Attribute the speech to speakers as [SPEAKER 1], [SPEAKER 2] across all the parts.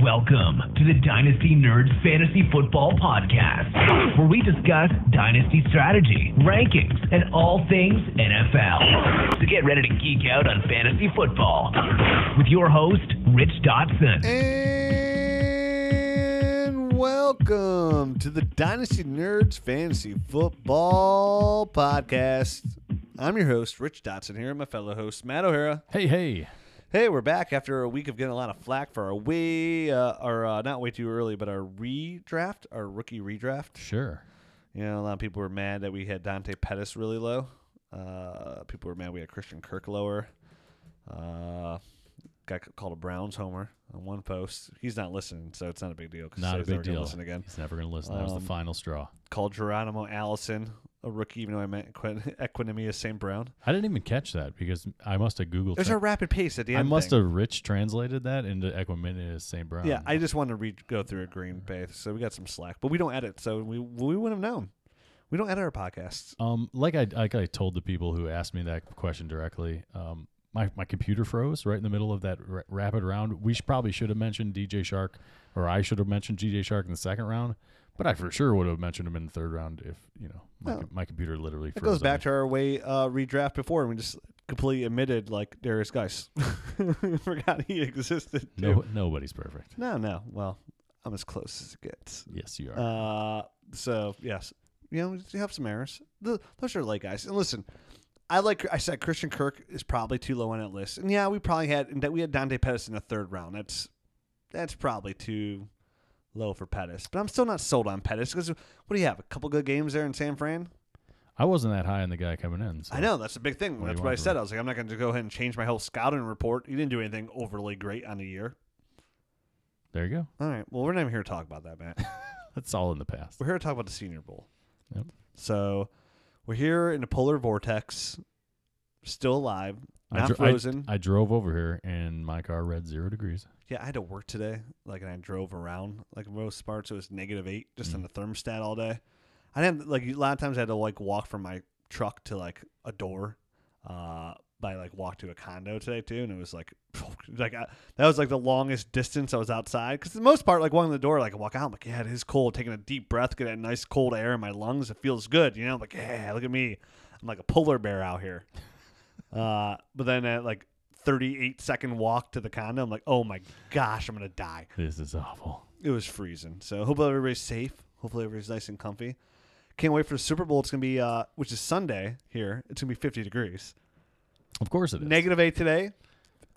[SPEAKER 1] Welcome to the Dynasty Nerds Fantasy Football Podcast, where we discuss dynasty strategy, rankings, and all things NFL. So get ready to geek out on fantasy football with your host, Rich Dotson.
[SPEAKER 2] And welcome to the Dynasty Nerds Fantasy Football Podcast. I'm your host, Rich Dotson, here, and my fellow host, Matt O'Hara.
[SPEAKER 3] Hey, hey.
[SPEAKER 2] Hey, we're back after a week of getting a lot of flack for our way, uh, our uh, not way too early, but our redraft, our rookie redraft.
[SPEAKER 3] Sure.
[SPEAKER 2] You know, a lot of people were mad that we had Dante Pettis really low. Uh, people were mad we had Christian Kirk lower. Uh, got c- called a Browns homer on one post. He's not listening, so it's not a big deal. 'cause he
[SPEAKER 3] Not
[SPEAKER 2] said
[SPEAKER 3] a
[SPEAKER 2] he's
[SPEAKER 3] big
[SPEAKER 2] never gonna
[SPEAKER 3] deal.
[SPEAKER 2] Listen again. Um,
[SPEAKER 3] He's never going to listen. That was the final straw.
[SPEAKER 2] Called Geronimo Allison a rookie, even though I meant Quin- Equinemius St. Brown.
[SPEAKER 3] I didn't even catch that because I must have Googled
[SPEAKER 2] There's a
[SPEAKER 3] tra-
[SPEAKER 2] rapid pace at the
[SPEAKER 3] I
[SPEAKER 2] end.
[SPEAKER 3] must
[SPEAKER 2] thing.
[SPEAKER 3] have rich translated that into Equiminius St. Brown.
[SPEAKER 2] Yeah, I just wanted to re- go through a green bay, so we got some slack, but we don't edit, so we we wouldn't have known. We don't edit our podcasts.
[SPEAKER 3] um, like I like I told the people who asked me that question directly, um, my, my computer froze right in the middle of that ra- rapid round. We should, probably should have mentioned DJ Shark, or I should have mentioned DJ Shark in the second round, but I for sure would have mentioned him in the third round if you know my,
[SPEAKER 2] No.
[SPEAKER 3] co- my computer literally
[SPEAKER 2] It
[SPEAKER 3] froze.
[SPEAKER 2] goes
[SPEAKER 3] on
[SPEAKER 2] back
[SPEAKER 3] me.
[SPEAKER 2] to our way uh, redraft before, and we just completely omitted like Darius Geis. Forgot he existed. Too.
[SPEAKER 3] no, nobody's perfect.
[SPEAKER 2] No, no, Well, I'm as close as it gets.
[SPEAKER 3] Yes, you are.
[SPEAKER 2] Uh, so yes, you know, you have some errors. Th those are late guys. And listen, I like. I said Christian Kirk is probably too low on that list. And yeah, we probably had and that we had Dante Pettis in the third round. That's that's probably too low for Pettis. But I'm still not sold on Pettis because what do you have? A couple good games there in San Fran.
[SPEAKER 3] I wasn't that high on the guy coming in. So.
[SPEAKER 2] I know that's the big thing.
[SPEAKER 3] What do
[SPEAKER 2] that's
[SPEAKER 3] you
[SPEAKER 2] what I
[SPEAKER 3] want
[SPEAKER 2] said.
[SPEAKER 3] from
[SPEAKER 2] I was like, I'm not going to go ahead and change my whole scouting report. You didn't do anything overly great on the year.
[SPEAKER 3] There you go.
[SPEAKER 2] All right. Well, we're not even here to talk about that, Matt.
[SPEAKER 3] That's all in the past.
[SPEAKER 2] We're here to talk about the Senior Bowl.
[SPEAKER 3] Yep.
[SPEAKER 2] So we're here in the polar vortex, still alive, not
[SPEAKER 3] dro-
[SPEAKER 2] frozen.
[SPEAKER 3] I drove over here and my car read zero degrees.
[SPEAKER 2] yeah, I had to work today. Like, and I drove around like most parts. It was negative eight, just on the thermostat all day. I didn't like a lot of times. I had to like walk from my truck to like a door. Uh, but I like walked to a condo today too, and it was like, like I, that was like the longest distance I was outside. Because the most part, like walking the door, like I walk out, I'm like, yeah, it is cold. Taking a deep breath, get that nice cold air in my lungs. It feels good, you know. I'm like, yeah, look at me. I'm like a polar bear out here. Uh, but then at like 38 second walk to the condo, I'm like, oh my gosh, I'm gonna die.
[SPEAKER 3] This is awful.
[SPEAKER 2] It was freezing. So hopefully everybody's safe. Hopefully everybody's nice and comfy. Can't wait for the Super Bowl. It's gonna be uh, which is Sunday here. It's gonna be 50 degrees.
[SPEAKER 3] Of course it is.
[SPEAKER 2] Negative eight today.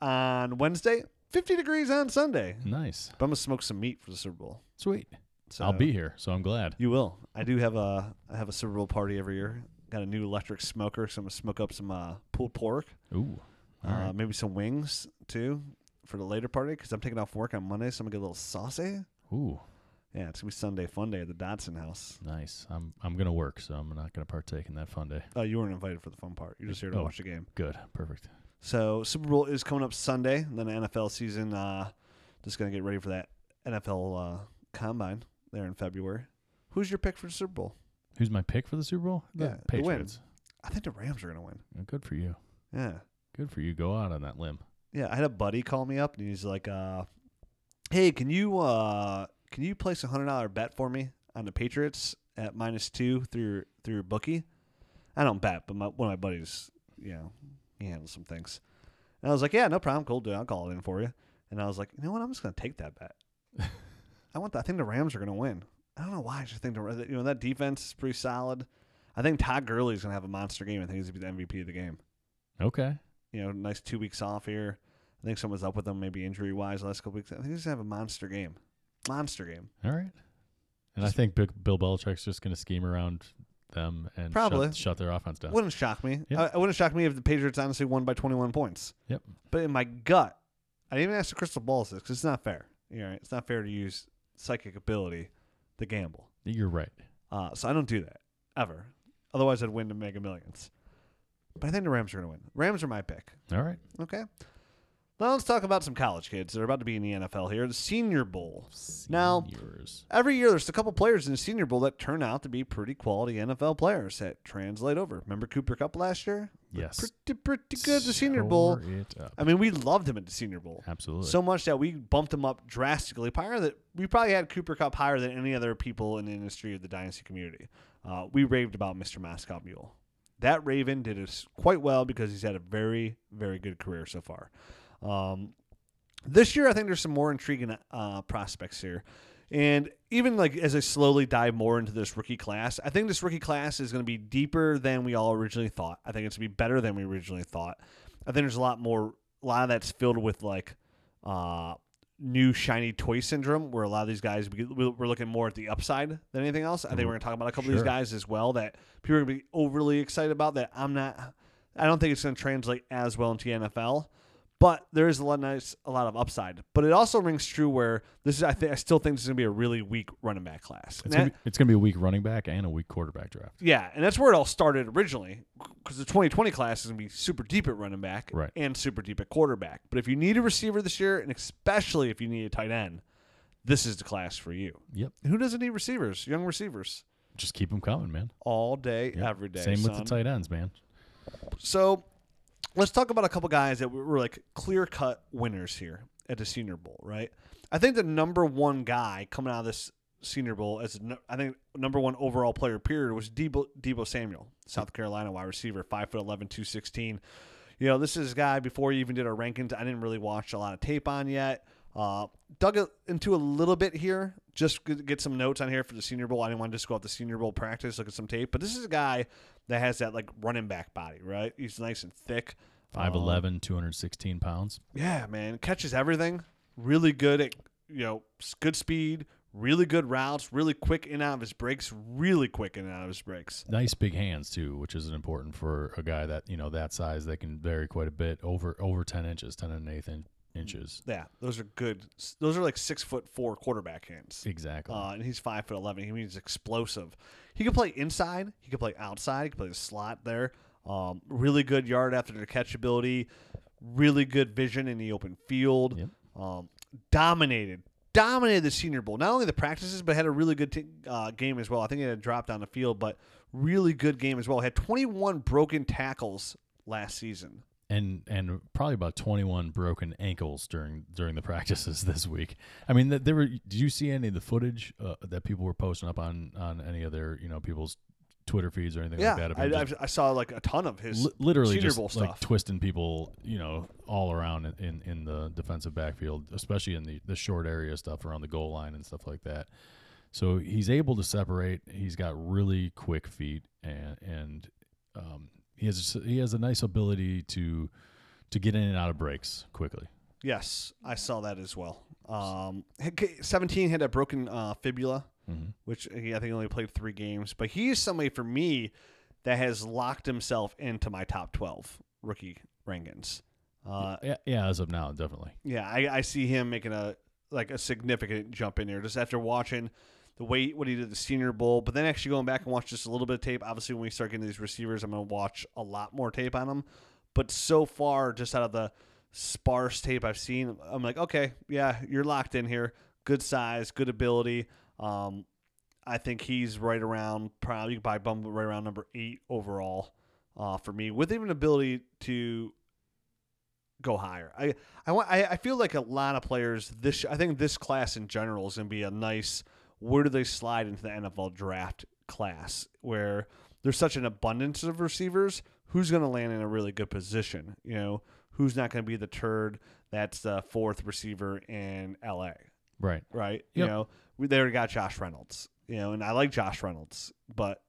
[SPEAKER 2] On Wednesday, 50 degrees on Sunday.
[SPEAKER 3] nice.
[SPEAKER 2] But I'm gonna smoke some meat for the Super Bowl.
[SPEAKER 3] Sweet.
[SPEAKER 2] So
[SPEAKER 3] I'll be here, so I'm glad.
[SPEAKER 2] You will. I do have a I have a Super Bowl party every year. Got a new electric smoker, so I'm gonna smoke up some uh, pulled pork.
[SPEAKER 3] Ooh.
[SPEAKER 2] Uh, Maybe some wings too for the later party because I'm taking off work on Monday, so I'm gonna get a little saucy.
[SPEAKER 3] Ooh.
[SPEAKER 2] Yeah, it's gonna be Sunday fun day at the Dodson house.
[SPEAKER 3] Nice. I'm I'm gonna work, so I'm not gonna partake in that fun day.
[SPEAKER 2] Oh, you weren't invited for the fun part. You're just here to
[SPEAKER 3] Oh.
[SPEAKER 2] watch the game.
[SPEAKER 3] Good. Perfect.
[SPEAKER 2] So Super Bowl is coming up Sunday, and then the NFL season. Uh, just gonna get ready for that NFL uh, combine there in February. Who's your pick for the Super Bowl?
[SPEAKER 3] Who's my pick for the Super Bowl? The
[SPEAKER 2] Yeah, the win.
[SPEAKER 3] Patriots.
[SPEAKER 2] I think the Rams are gonna win.
[SPEAKER 3] Uh, Good for you.
[SPEAKER 2] Yeah.
[SPEAKER 3] Good for you. Go out on that limb.
[SPEAKER 2] Yeah, I had a buddy call me up and he's like, uh, "Hey, can you uh, can you place a hundred dollar bet for me on the Patriots at minus two through your, through your bookie?" I don't bet, but my, one of my buddies, you know, he handles some things, and I was like, "Yeah, no problem, cool, dude, I'll call it in for you." And I was like, "You know what? I'm just gonna take that bet. I want. The, I think the Rams are gonna win. I don't know why. I just think the Ra- you know that defense is pretty solid. I think Todd Gurley's gonna have a monster game. I think he's gonna be the MVP of the game."
[SPEAKER 3] Okay.
[SPEAKER 2] you know, nice two weeks off here. I think someone's up with him, maybe injury wise, last couple weeks. I think he's gonna have a monster game, monster game.
[SPEAKER 3] All right. And I think Bill, Bill Belichick's just gonna scheme around them and shut-
[SPEAKER 2] Probably.
[SPEAKER 3] shut, their offense down.
[SPEAKER 2] Wouldn't shock me.
[SPEAKER 3] Yeah.
[SPEAKER 2] I, it wouldn't shock me if the Patriots honestly won by 21 points.
[SPEAKER 3] Yep.
[SPEAKER 2] But in my gut, I didn't even ask the crystal balls this because it's not fair. You know, it's not fair to use psychic ability to gamble.
[SPEAKER 3] You're right.
[SPEAKER 2] Uh, so I don't do that ever. Otherwise, I'd win the Mega Millions. But I think the Rams are gonna win. Rams are my pick.
[SPEAKER 3] All right.
[SPEAKER 2] Okay. Now let's talk about some college kids that are about to be in the NFL here. The Senior Bowl. Now,
[SPEAKER 3] Seniors.
[SPEAKER 2] every year there's a couple players in the Senior Bowl that turn out to be pretty quality NFL players that translate over. Remember Cooper Cup last year?
[SPEAKER 3] Yes.
[SPEAKER 2] Pretty, pretty good at the Senior Bowl.
[SPEAKER 3] Tore it up.
[SPEAKER 2] I mean, we loved him at the Senior Bowl.
[SPEAKER 3] Absolutely.
[SPEAKER 2] So much that we bumped him up drastically higher that we probably had Cooper Cup higher than any other people in the industry of the dynasty community. Uh, we raved about Mr. Mascot Mule. That Raven did us quite well because he's had a very, very good career so far. Um, this year, I think there's some more intriguing uh, prospects here. And even like as I slowly dive more into this rookie class, I think this rookie class is going to be deeper than we all originally thought. I think it's going to be better than we originally thought. I think there's a lot more, a lot of that's filled with like uh, new shiny toy syndrome, where a lot of these guys we- we're looking more at the upside than anything else. I think we're going to talk about a couple of these
[SPEAKER 3] Sure.
[SPEAKER 2] guys as well that people are going to be overly excited about. That I'm not. I don't think it's going to translate as well into the NFL but there is a lot of nice, a lot of upside. But it also rings true where this is. I think I still think this is going to be a really weak running back class. And
[SPEAKER 3] it's, gonna
[SPEAKER 2] that-
[SPEAKER 3] be, it's gonna be a weak running back and a weak quarterback draft.
[SPEAKER 2] yeah, and that's where it all started originally, because the 2020 class is going to be super deep at running back
[SPEAKER 3] Right.
[SPEAKER 2] and super deep at quarterback. But if you need a receiver this year, and especially if you need a tight end, this is the class for you.
[SPEAKER 3] Yep.
[SPEAKER 2] Who doesn't need receivers? Young receivers
[SPEAKER 3] Just keep them coming, man.
[SPEAKER 2] all day,
[SPEAKER 3] Yep.
[SPEAKER 2] every day.
[SPEAKER 3] Same with the
[SPEAKER 2] son.
[SPEAKER 3] tight ends, man.
[SPEAKER 2] So let's talk about a couple guys that were like clear cut winners here at the Senior Bowl, right? I think the number one guy coming out of this Senior Bowl as no- I think number one overall player period was Debo, Debo Samuel, South Carolina wide receiver, five foot 11, 216. You know, this is a guy before you even did our rankings, I didn't really watch a lot of tape on yet. Uh, dug it into a little bit here, just to get some notes on here for the Senior Bowl. I didn't want to just go out the Senior Bowl practice, look at some tape, but this is a guy that has that like running back body, right? He's nice and thick.
[SPEAKER 3] 5'11", 216 pounds.
[SPEAKER 2] Yeah, man, catches everything. Really good at you know s- good speed, really good routes, really quick in and out of his breaks, really quick in and out of his breaks.
[SPEAKER 3] Nice big hands too, which is important for a guy that you know that size. They can vary quite a bit over over ten inches, ten and an eighth in- inches.
[SPEAKER 2] Yeah, those are good. s- Those are like six foot four quarterback hands.
[SPEAKER 3] Exactly.
[SPEAKER 2] Uh, and he's five foot eleven. He means explosive. He could play inside. He could play outside. He could play the slot there. Um, really good yard after the catch ability. Really good vision in the open field.
[SPEAKER 3] Yep.
[SPEAKER 2] Um, dominated, dominated the Senior Bowl. Not only the practices, but had a really good t- uh, game as well. I think he had a drop down the field, but really good game as well. Had 21 broken tackles last season.
[SPEAKER 3] and and probably about 21 broken ankles during during the practices this week. I mean, th- there were. Did you see any of the footage uh, that people were posting up on on any other you know people's Twitter feeds or anything
[SPEAKER 2] Yeah,
[SPEAKER 3] like that? of
[SPEAKER 2] I,
[SPEAKER 3] him
[SPEAKER 2] I,
[SPEAKER 3] just
[SPEAKER 2] I saw like a ton of his
[SPEAKER 3] li- literally
[SPEAKER 2] Senior
[SPEAKER 3] just
[SPEAKER 2] Bowl
[SPEAKER 3] like
[SPEAKER 2] stuff.
[SPEAKER 3] twisting people, you know, all around in, in, in the defensive backfield, especially in the, the short area stuff around the goal line and stuff like that. So he's able to separate. He's got really quick feet, and and um, he has he has a nice ability to to get in and out of breaks quickly.
[SPEAKER 2] Yes, I saw that as well. Um, Hick- 17 had a broken uh, fibula, which he, I think only played three games. But he is somebody for me that has locked himself into my top 12 rookie rankings. Uh,
[SPEAKER 3] Yeah, yeah, as of now, definitely.
[SPEAKER 2] yeah, I, I see him making a like a significant jump in here just after watching the way what he did at the Senior Bowl, but then actually going back and watch just a little bit of tape. Obviously, when we start getting these receivers, I'm going to watch a lot more tape on them. But so far, just out of the sparse tape I've seen, I'm like, okay, yeah, you're locked in here. Good size, good ability. Um, I think he's right around probably by bump right around number eight overall uh, for me, with even ability to go higher. I I want I, I feel like a lot of players this I think this class in general is going to be a nice where do they slide into the NFL draft class where there's such an abundance of receivers who's going to land in a really good position, you know, who's not going to be the turd that's the fourth receiver in LA,
[SPEAKER 3] Right.
[SPEAKER 2] right? You
[SPEAKER 3] Yep.
[SPEAKER 2] know, we they already got Josh Reynolds, you know, and I like Josh Reynolds, but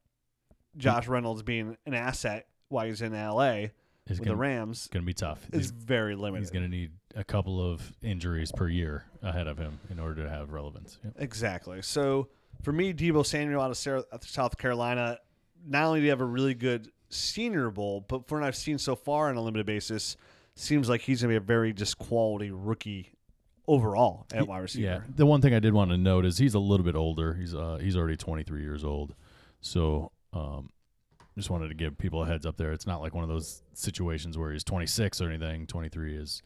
[SPEAKER 3] Mm.
[SPEAKER 2] Josh Reynolds being an asset while he's in LA
[SPEAKER 3] It's
[SPEAKER 2] with the
[SPEAKER 3] gonna,
[SPEAKER 2] Rams
[SPEAKER 3] gonna be tough.
[SPEAKER 2] is
[SPEAKER 3] He's,
[SPEAKER 2] very limited.
[SPEAKER 3] he's gonna need a couple of injuries per year ahead of him in order to have relevance. Yep.
[SPEAKER 2] Exactly. So for me, Debo Samuel out of Sarah, out of South Carolina, not only do you have a really good senior bowl, but from what I've seen so far on a limited basis, seems like he's going to be a very just quality rookie overall at wide
[SPEAKER 3] Yeah,
[SPEAKER 2] receiver.
[SPEAKER 3] the one thing I did want to note is he's a little bit older. He's uh, he's already 23 years old, so um, just wanted to give people a heads up there. It's not like one of those situations where he's 26 or anything. 23 is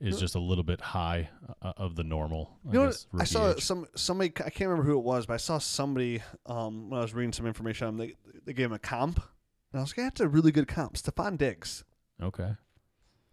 [SPEAKER 3] is just a little bit high uh, of the normal. I
[SPEAKER 2] Uh, You know,
[SPEAKER 3] guess,
[SPEAKER 2] what? I
[SPEAKER 3] rookie
[SPEAKER 2] saw
[SPEAKER 3] age.
[SPEAKER 2] some somebody. I can't remember who it was, but I saw somebody um, when I was reading some information. on him, They they gave him a comp, and I was like, "That's a really good comp." Stefan Diggs
[SPEAKER 3] Okay,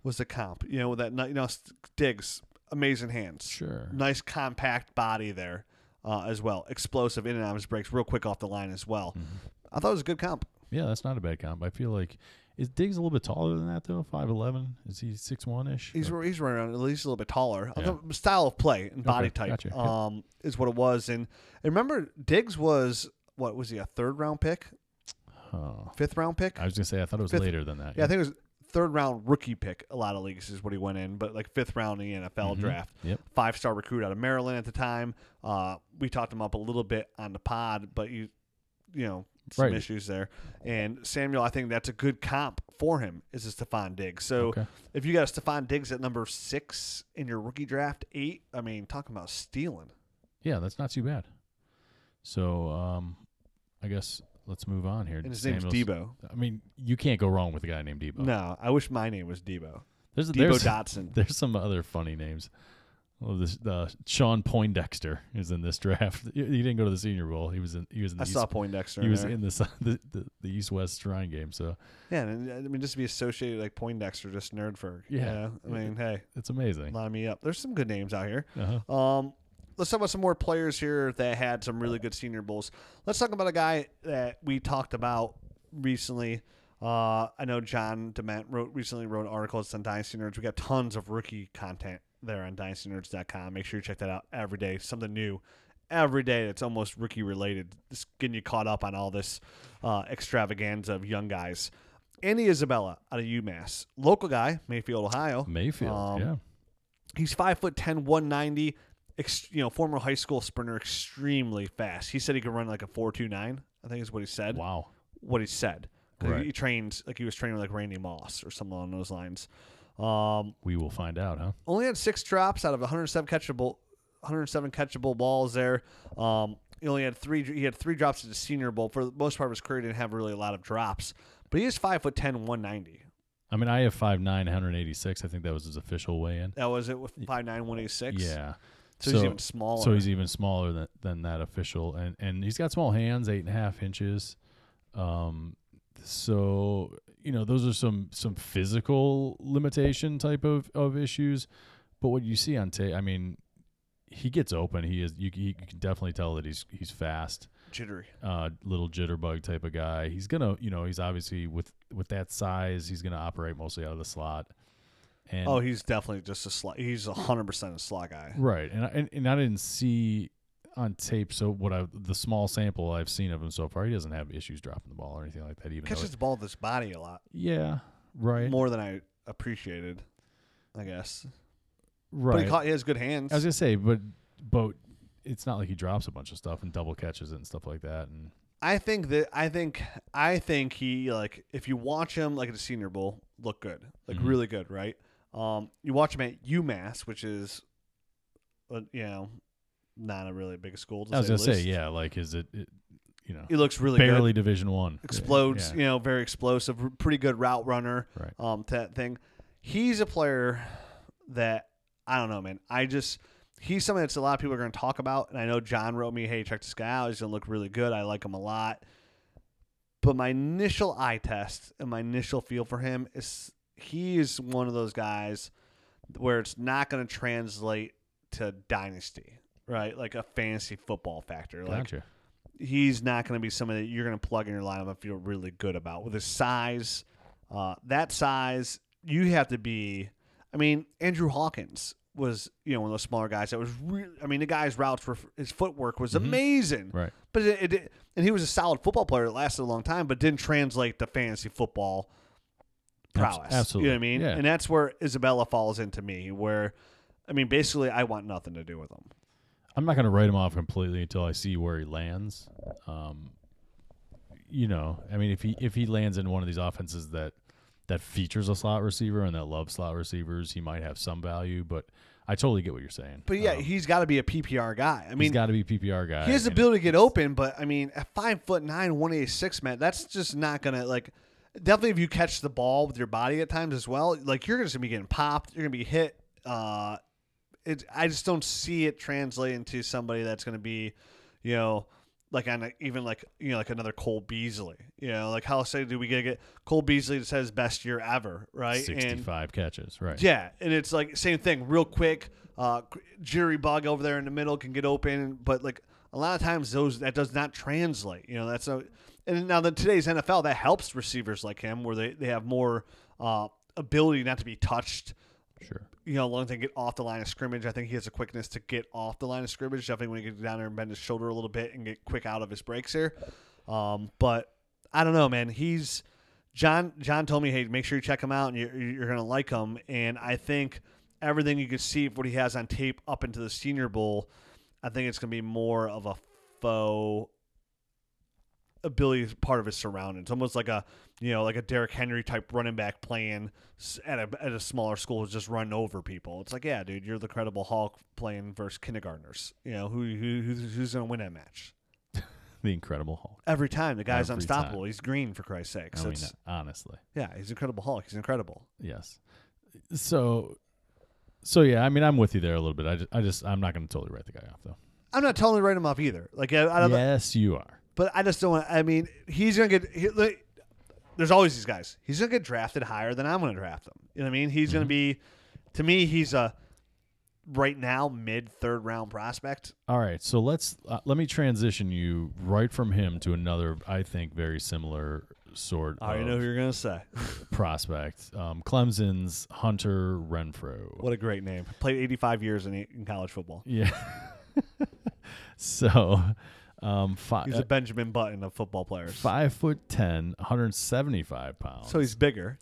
[SPEAKER 2] was the comp. You know with that. ni- You know S- Diggs, amazing hands,
[SPEAKER 3] sure.
[SPEAKER 2] nice compact body there uh, as well. Explosive in and out of his breaks, real quick off the line as well.
[SPEAKER 3] Mm-hmm.
[SPEAKER 2] I thought it was a good comp.
[SPEAKER 3] Yeah, that's not a bad comp. I feel like is Diggs a little bit taller than that though? Five eleven? Is he six one ish?
[SPEAKER 2] He's r- he's running around at least a little bit taller.
[SPEAKER 3] Yeah.
[SPEAKER 2] The Style of play and body
[SPEAKER 3] Okay,
[SPEAKER 2] type
[SPEAKER 3] gotcha, yeah.
[SPEAKER 2] um, is what it was. And, and remember, Diggs was what was he a third round pick,
[SPEAKER 3] oh.
[SPEAKER 2] fifth round pick?
[SPEAKER 3] I was gonna say I thought it was
[SPEAKER 2] Fifth-
[SPEAKER 3] later than that.
[SPEAKER 2] Yeah, I think it was third round rookie pick. A lot of leagues is what he went in, but like fifth round in the NFL draft.
[SPEAKER 3] Mm-hmm. Yep.
[SPEAKER 2] Five star recruit out of Maryland at the time. Uh, we talked him up a little bit on the pod, but you, you know, some
[SPEAKER 3] Right.
[SPEAKER 2] issues there. And Samuel, I think that's a good comp for him is a Stephon Diggs. So
[SPEAKER 3] Okay.
[SPEAKER 2] if you got a Stephon Diggs at number six in your rookie draft, eight. I mean, talking about stealing.
[SPEAKER 3] Yeah, that's not too bad. So, um, I guess let's move on here.
[SPEAKER 2] And his
[SPEAKER 3] Samuels-
[SPEAKER 2] name's Debo.
[SPEAKER 3] I mean, you can't go wrong with a guy named Debo.
[SPEAKER 2] No, I wish my name was Debo.
[SPEAKER 3] there's
[SPEAKER 2] Debo
[SPEAKER 3] there's,
[SPEAKER 2] Dotson.
[SPEAKER 3] there's some other funny names. Oh, this uh, Sean Poindexter is in this draft. He, he didn't go to the Senior Bowl. He was in. He was in. The
[SPEAKER 2] I
[SPEAKER 3] East,
[SPEAKER 2] saw Poindexter.
[SPEAKER 3] He
[SPEAKER 2] in
[SPEAKER 3] was
[SPEAKER 2] there.
[SPEAKER 3] in the, si- the, the, the East West Shrine game. So
[SPEAKER 2] Yeah, and and, I mean, just to be associated like Poindexter, just Nerdberg.
[SPEAKER 3] Yeah.
[SPEAKER 2] I mean, hey,
[SPEAKER 3] it's amazing.
[SPEAKER 2] line me up. There's some good names out here.
[SPEAKER 3] Uh-huh.
[SPEAKER 2] Um, let's talk about some more players here that had some really good Senior Bowls. Let's talk about a guy that we talked about recently. Uh, I know John Dement wrote recently wrote articles on Dynasty Nerds. We got tons of rookie content there on DynastyNerds.com. Make sure you check that out every day. Something new every day that's almost rookie related. Just getting you caught up on all this uh, extravaganza of young guys. Andy Isabella out of UMass, local guy, Mayfield, Ohio.
[SPEAKER 3] Mayfield.
[SPEAKER 2] Um,
[SPEAKER 3] yeah.
[SPEAKER 2] He's five foot ten, one ninety. Ex, you know, former high school sprinter, extremely fast. He said he could run like a four two nine. I think is what he said.
[SPEAKER 3] Wow.
[SPEAKER 2] What he said. 'Cause he-
[SPEAKER 3] Right.
[SPEAKER 2] He trained like he was training with like Randy Moss or something along those lines. Um,
[SPEAKER 3] We will find out, huh?
[SPEAKER 2] only had six drops out of 107 catchable, 107 catchable balls there. Um, he only had three. He had three drops at the Senior Bowl. For the most part of his career, he didn't have really a lot of drops. But he is five foot ten, one ninety.
[SPEAKER 3] I mean, I have five nine hundred eighty six. I think that was his official weigh in.
[SPEAKER 2] That was it with five nine, one eighty six.
[SPEAKER 3] Yeah.
[SPEAKER 2] So, he's even smaller.
[SPEAKER 3] So he's even smaller than, than that official, and and he's got small hands, eight and a half inches. Um, so you know those are some some physical limitation type of of issues, but what you see on tape, I mean, he gets open. He is you, c- you can definitely tell that he's he's fast
[SPEAKER 2] jittery.
[SPEAKER 3] uh, little jitterbug type of guy. He's gonna, you know, he's obviously with with that size, he's gonna operate mostly out of the slot. And
[SPEAKER 2] Oh, he's definitely just a slot. He's hundred percent a slot guy.
[SPEAKER 3] right, and, I- and and I didn't see on tape. So what I the small sample I've seen of him so far, he doesn't have issues dropping the ball or anything like that. Even though
[SPEAKER 2] Catches
[SPEAKER 3] it-
[SPEAKER 2] the ball with his body a lot
[SPEAKER 3] yeah, right,
[SPEAKER 2] more than I appreciated. I guess,
[SPEAKER 3] right.
[SPEAKER 2] but he, caught, he has good hands.
[SPEAKER 3] I was gonna say, but but it's not like he drops a bunch of stuff and double catches it and stuff like that. And
[SPEAKER 2] I think that I think I think he like if you watch him like at a Senior Bowl, look good, like
[SPEAKER 3] Mhm.
[SPEAKER 2] really good, right? Um, you watch him at UMass, which is, uh, you know, not a really big school. To
[SPEAKER 3] I was
[SPEAKER 2] the
[SPEAKER 3] gonna say,
[SPEAKER 2] least.
[SPEAKER 3] yeah, like is it, it you know
[SPEAKER 2] he looks really good.
[SPEAKER 3] barely Division One
[SPEAKER 2] explodes,
[SPEAKER 3] Yeah.
[SPEAKER 2] you know, very explosive, r- pretty good route runner.
[SPEAKER 3] Right.
[SPEAKER 2] Um, to that thing, he's a player that I don't know, man. I just he's something that's a lot of people are going to talk about, and I know John wrote me, "Hey, check this guy out. He's going to look really good. I like him a lot." But my initial eye test and my initial feel for him is he is one of those guys where it's not going to translate to dynasty, right? Like a fantasy football factor. Like
[SPEAKER 3] Gotcha.
[SPEAKER 2] he's not going to be somebody that you're going to plug in your lineup and feel really good about with his size. Uh, that size, you have to be. I mean, Andrew Hawkins was you know one of those smaller guys that was really. I mean, the guy's routes were his footwork was amazing,
[SPEAKER 3] Mm-hmm. Right.
[SPEAKER 2] but it, it and he was a solid football player that lasted a long time, but didn't translate to fantasy football
[SPEAKER 3] Abs-
[SPEAKER 2] prowess.
[SPEAKER 3] absolutely.
[SPEAKER 2] you know what I mean.
[SPEAKER 3] Yeah.
[SPEAKER 2] And that's where Isabella falls into me, where. I mean, basically, I want nothing to do with him.
[SPEAKER 3] I'm not going to write him off completely until I see where he lands. Um, you know, I mean, if he if he lands in one of these offenses that that features a slot receiver and that love slot receivers, he might have some value. But I totally get what you're saying.
[SPEAKER 2] But yeah,
[SPEAKER 3] Um,
[SPEAKER 2] he's got to be a PPR guy. I mean,
[SPEAKER 3] he's got to be PPR guy.
[SPEAKER 2] He has the
[SPEAKER 3] and-
[SPEAKER 2] ability to get open, but I mean, at five foot nine, one eighty six, man, that's just not gonna like. Definitely, if you catch the ball with your body at times as well, like you're just gonna be getting popped, you're gonna be hit. uh, it I just don't see it translating to somebody that's going to be, you know, like on a, even like you know like another Cole Beasley. You know, like how say do we get get Cole Beasley that says best year ever, right? And
[SPEAKER 3] 65 catches, right?
[SPEAKER 2] yeah, and it's like same thing, real quick. Uh, jury bug over there in the middle can get open, but like a lot of times those that does not translate. You know, that's a and now that today's NFL that helps receivers like him where they they have more uh, ability not to be touched
[SPEAKER 3] Sure.
[SPEAKER 2] you know, as long as they get off the line of scrimmage, I think he has the quickness to get off the line of scrimmage. Definitely when he gets down there and bend his shoulder a little bit and get quick out of his breaks here. Um, but I don't know, man. He's John. John told me, hey, make sure you check him out and you're, you're gonna like him. And I think everything you can see of what he has on tape up into the Senior Bowl, I think it's gonna be more of a faux ability is part of his surroundings. Almost like a you know like a Derrick Henry type running back playing s- at a at a smaller school who's just run over people. It's like yeah, dude, you're the credible Hulk playing versus kindergartners. You know who who who's, who's gonna win that match
[SPEAKER 3] The Incredible Hulk.
[SPEAKER 2] every time? The guy's
[SPEAKER 3] Every
[SPEAKER 2] unstoppable.
[SPEAKER 3] time.
[SPEAKER 2] He's green for Christ's sake.
[SPEAKER 3] I
[SPEAKER 2] So
[SPEAKER 3] mean,
[SPEAKER 2] it's,
[SPEAKER 3] honestly.
[SPEAKER 2] yeah, he's incredible Hulk. He's incredible.
[SPEAKER 3] Yes. So, so yeah, I mean, I'm with you there a little bit. I just, I just I'm not going to totally write the guy off though.
[SPEAKER 2] I'm not totally writing him off either. Like I, I don't,
[SPEAKER 3] Yes, you are.
[SPEAKER 2] but I just don't want. I mean, he's gonna get. He, like, there's always these guys. He's gonna get drafted higher than I'm gonna draft him. You know what I mean? He's gonna be. To me, he's a right now mid third round prospect.
[SPEAKER 3] All right, so let's uh, let me transition you right from him to another. I think very similar sort
[SPEAKER 2] I already
[SPEAKER 3] of
[SPEAKER 2] know who you're gonna say.
[SPEAKER 3] prospect. Um, Clemson's Hunter Renfro.
[SPEAKER 2] what a great name. Played 85 years in, in college football.
[SPEAKER 3] Yeah. so, um, five,
[SPEAKER 2] He's a Benjamin Button of football players.
[SPEAKER 3] five foot ten, 175 pounds.
[SPEAKER 2] So he's bigger,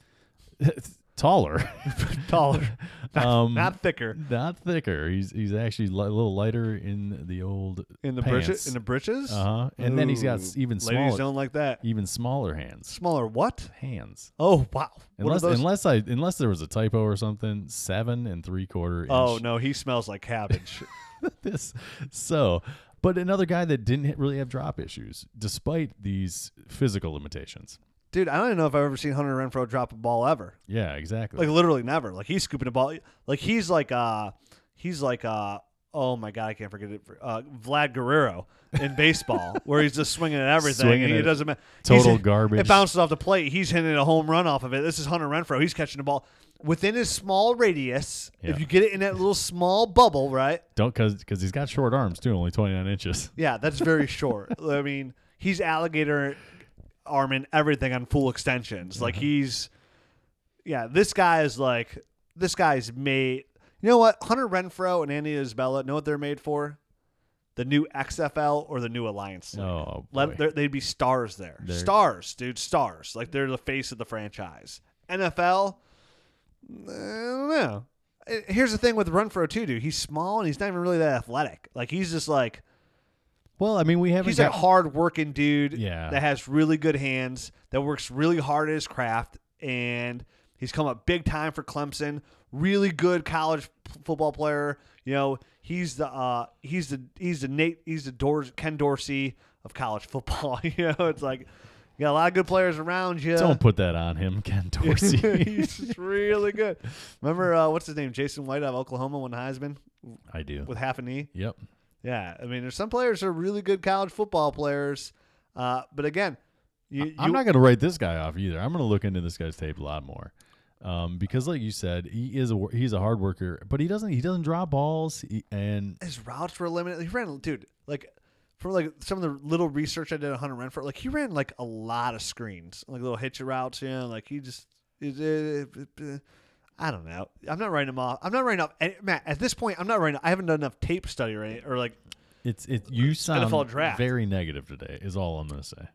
[SPEAKER 3] taller,
[SPEAKER 2] taller,
[SPEAKER 3] um,
[SPEAKER 2] not thicker.
[SPEAKER 3] not thicker. He's he's actually li- a little lighter in the old
[SPEAKER 2] In the
[SPEAKER 3] pants.
[SPEAKER 2] britches, in the britches.
[SPEAKER 3] uh huh, and then he's got
[SPEAKER 2] Ooh.
[SPEAKER 3] s- even
[SPEAKER 2] Ladies
[SPEAKER 3] smaller,
[SPEAKER 2] don't like that.
[SPEAKER 3] even smaller hands.
[SPEAKER 2] Smaller what?
[SPEAKER 3] Hands.
[SPEAKER 2] Oh wow. What are
[SPEAKER 3] Unless,
[SPEAKER 2] those?
[SPEAKER 3] unless I unless there was a typo or something, seven and three quarter. Inch
[SPEAKER 2] oh no, he smells like cabbage.
[SPEAKER 3] this. So, but another guy that didn't hit- really have drop issues despite these physical limitations.
[SPEAKER 2] Dude, I don't even know if I've ever seen Hunter Renfro drop a ball ever.
[SPEAKER 3] Yeah, exactly.
[SPEAKER 2] Like literally never. Like he's scooping a ball. Like he's like uh he's like uh oh my god, I can't forget it. Uh, Vlad Guerrero in baseball, where he's just swinging at everything.
[SPEAKER 3] Swinging
[SPEAKER 2] and it
[SPEAKER 3] at
[SPEAKER 2] doesn't matter.
[SPEAKER 3] total garbage.
[SPEAKER 2] It bounces off the plate. He's hitting a home run off of it. This is Hunter Renfro. He's catching the ball within his small radius.
[SPEAKER 3] Yeah.
[SPEAKER 2] If you get it in that little small bubble, right?
[SPEAKER 3] Don't because because he's got short arms too, only twenty nine inches.
[SPEAKER 2] Yeah, that's very short. I mean, he's alligator arm and everything on full extensions. Like he's, yeah, this guy is like this guy's made. You know what? Hunter Renfro and Andy Isabella know what they're made for? The new XFL or the new Alliance. League.
[SPEAKER 3] Oh, boy.
[SPEAKER 2] Let, they're- they'd be stars there.
[SPEAKER 3] They're-
[SPEAKER 2] stars, dude, stars. Like they're the face of the franchise. NFL, I don't know. Uh, Here's the thing with Renfro too, dude. He's small and he's not even really that athletic. Like he's just like
[SPEAKER 3] well, I mean, we haven't.
[SPEAKER 2] He's
[SPEAKER 3] got,
[SPEAKER 2] a hard working dude
[SPEAKER 3] Yeah.
[SPEAKER 2] that has really good hands, that works really hard at his craft, and he's come up big time for Clemson. Really good college p- football player. You know, he's the uh, he's the he's the Nate he's the Dors- Ken Dorsey of college football. you know, it's like you got a lot of good players around you.
[SPEAKER 3] Don't put that on him, Ken Dorsey.
[SPEAKER 2] he's just really good. Remember uh, what's his name? Jason White out of Oklahoma won Heisman
[SPEAKER 3] I do.
[SPEAKER 2] with half a knee.
[SPEAKER 3] Yep.
[SPEAKER 2] Yeah, I mean, there's some players who are really good college football players, uh, but again, you, you
[SPEAKER 3] I'm not going to write this guy off either. I'm going to look into this guy's tape a lot more, um, because like you said, he is a wor- he's a hard worker, but he doesn't he doesn't drop balls he, and
[SPEAKER 2] his routes were limited. He ran, dude, like for like some of the little research I did on Hunter Renfro, like he ran like a lot of screens, like little hitch routes, you know, like he just. I don't know. I'm not writing him off. I'm not writing off. and Matt, at this point, I'm not writing. I haven't done enough tape study or, any, or like
[SPEAKER 3] it's it. You sound
[SPEAKER 2] NFL draft.
[SPEAKER 3] very negative today. Is all I'm going to say.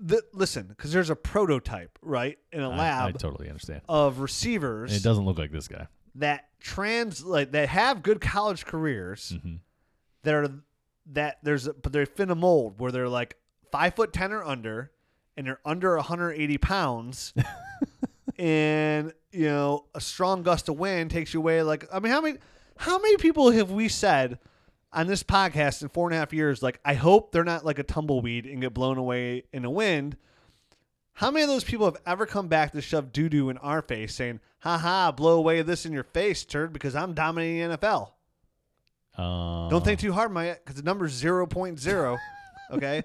[SPEAKER 2] the, listen because there's a prototype right in a
[SPEAKER 3] I- I,
[SPEAKER 2] lab Oh,
[SPEAKER 3] totally understand.
[SPEAKER 2] of receivers.
[SPEAKER 3] It doesn't look like this guy.
[SPEAKER 2] that translate that have good college careers
[SPEAKER 3] Mhm.
[SPEAKER 2] that are that there's a, but they fit a mold where they're like five foot ten or under and they're under 180 pounds and you know a strong gust of wind takes you away like i mean how many how many people have we said on this podcast in four and a half years like i hope they're not like a tumbleweed and get blown away in the wind How many of those people have ever come back to shove doo doo in our face saying, ha ha, blow away this in your face, turd, because I'm dominating the NFL?
[SPEAKER 3] Uh,
[SPEAKER 2] Don't think too hard, my because the number's 0.0. okay?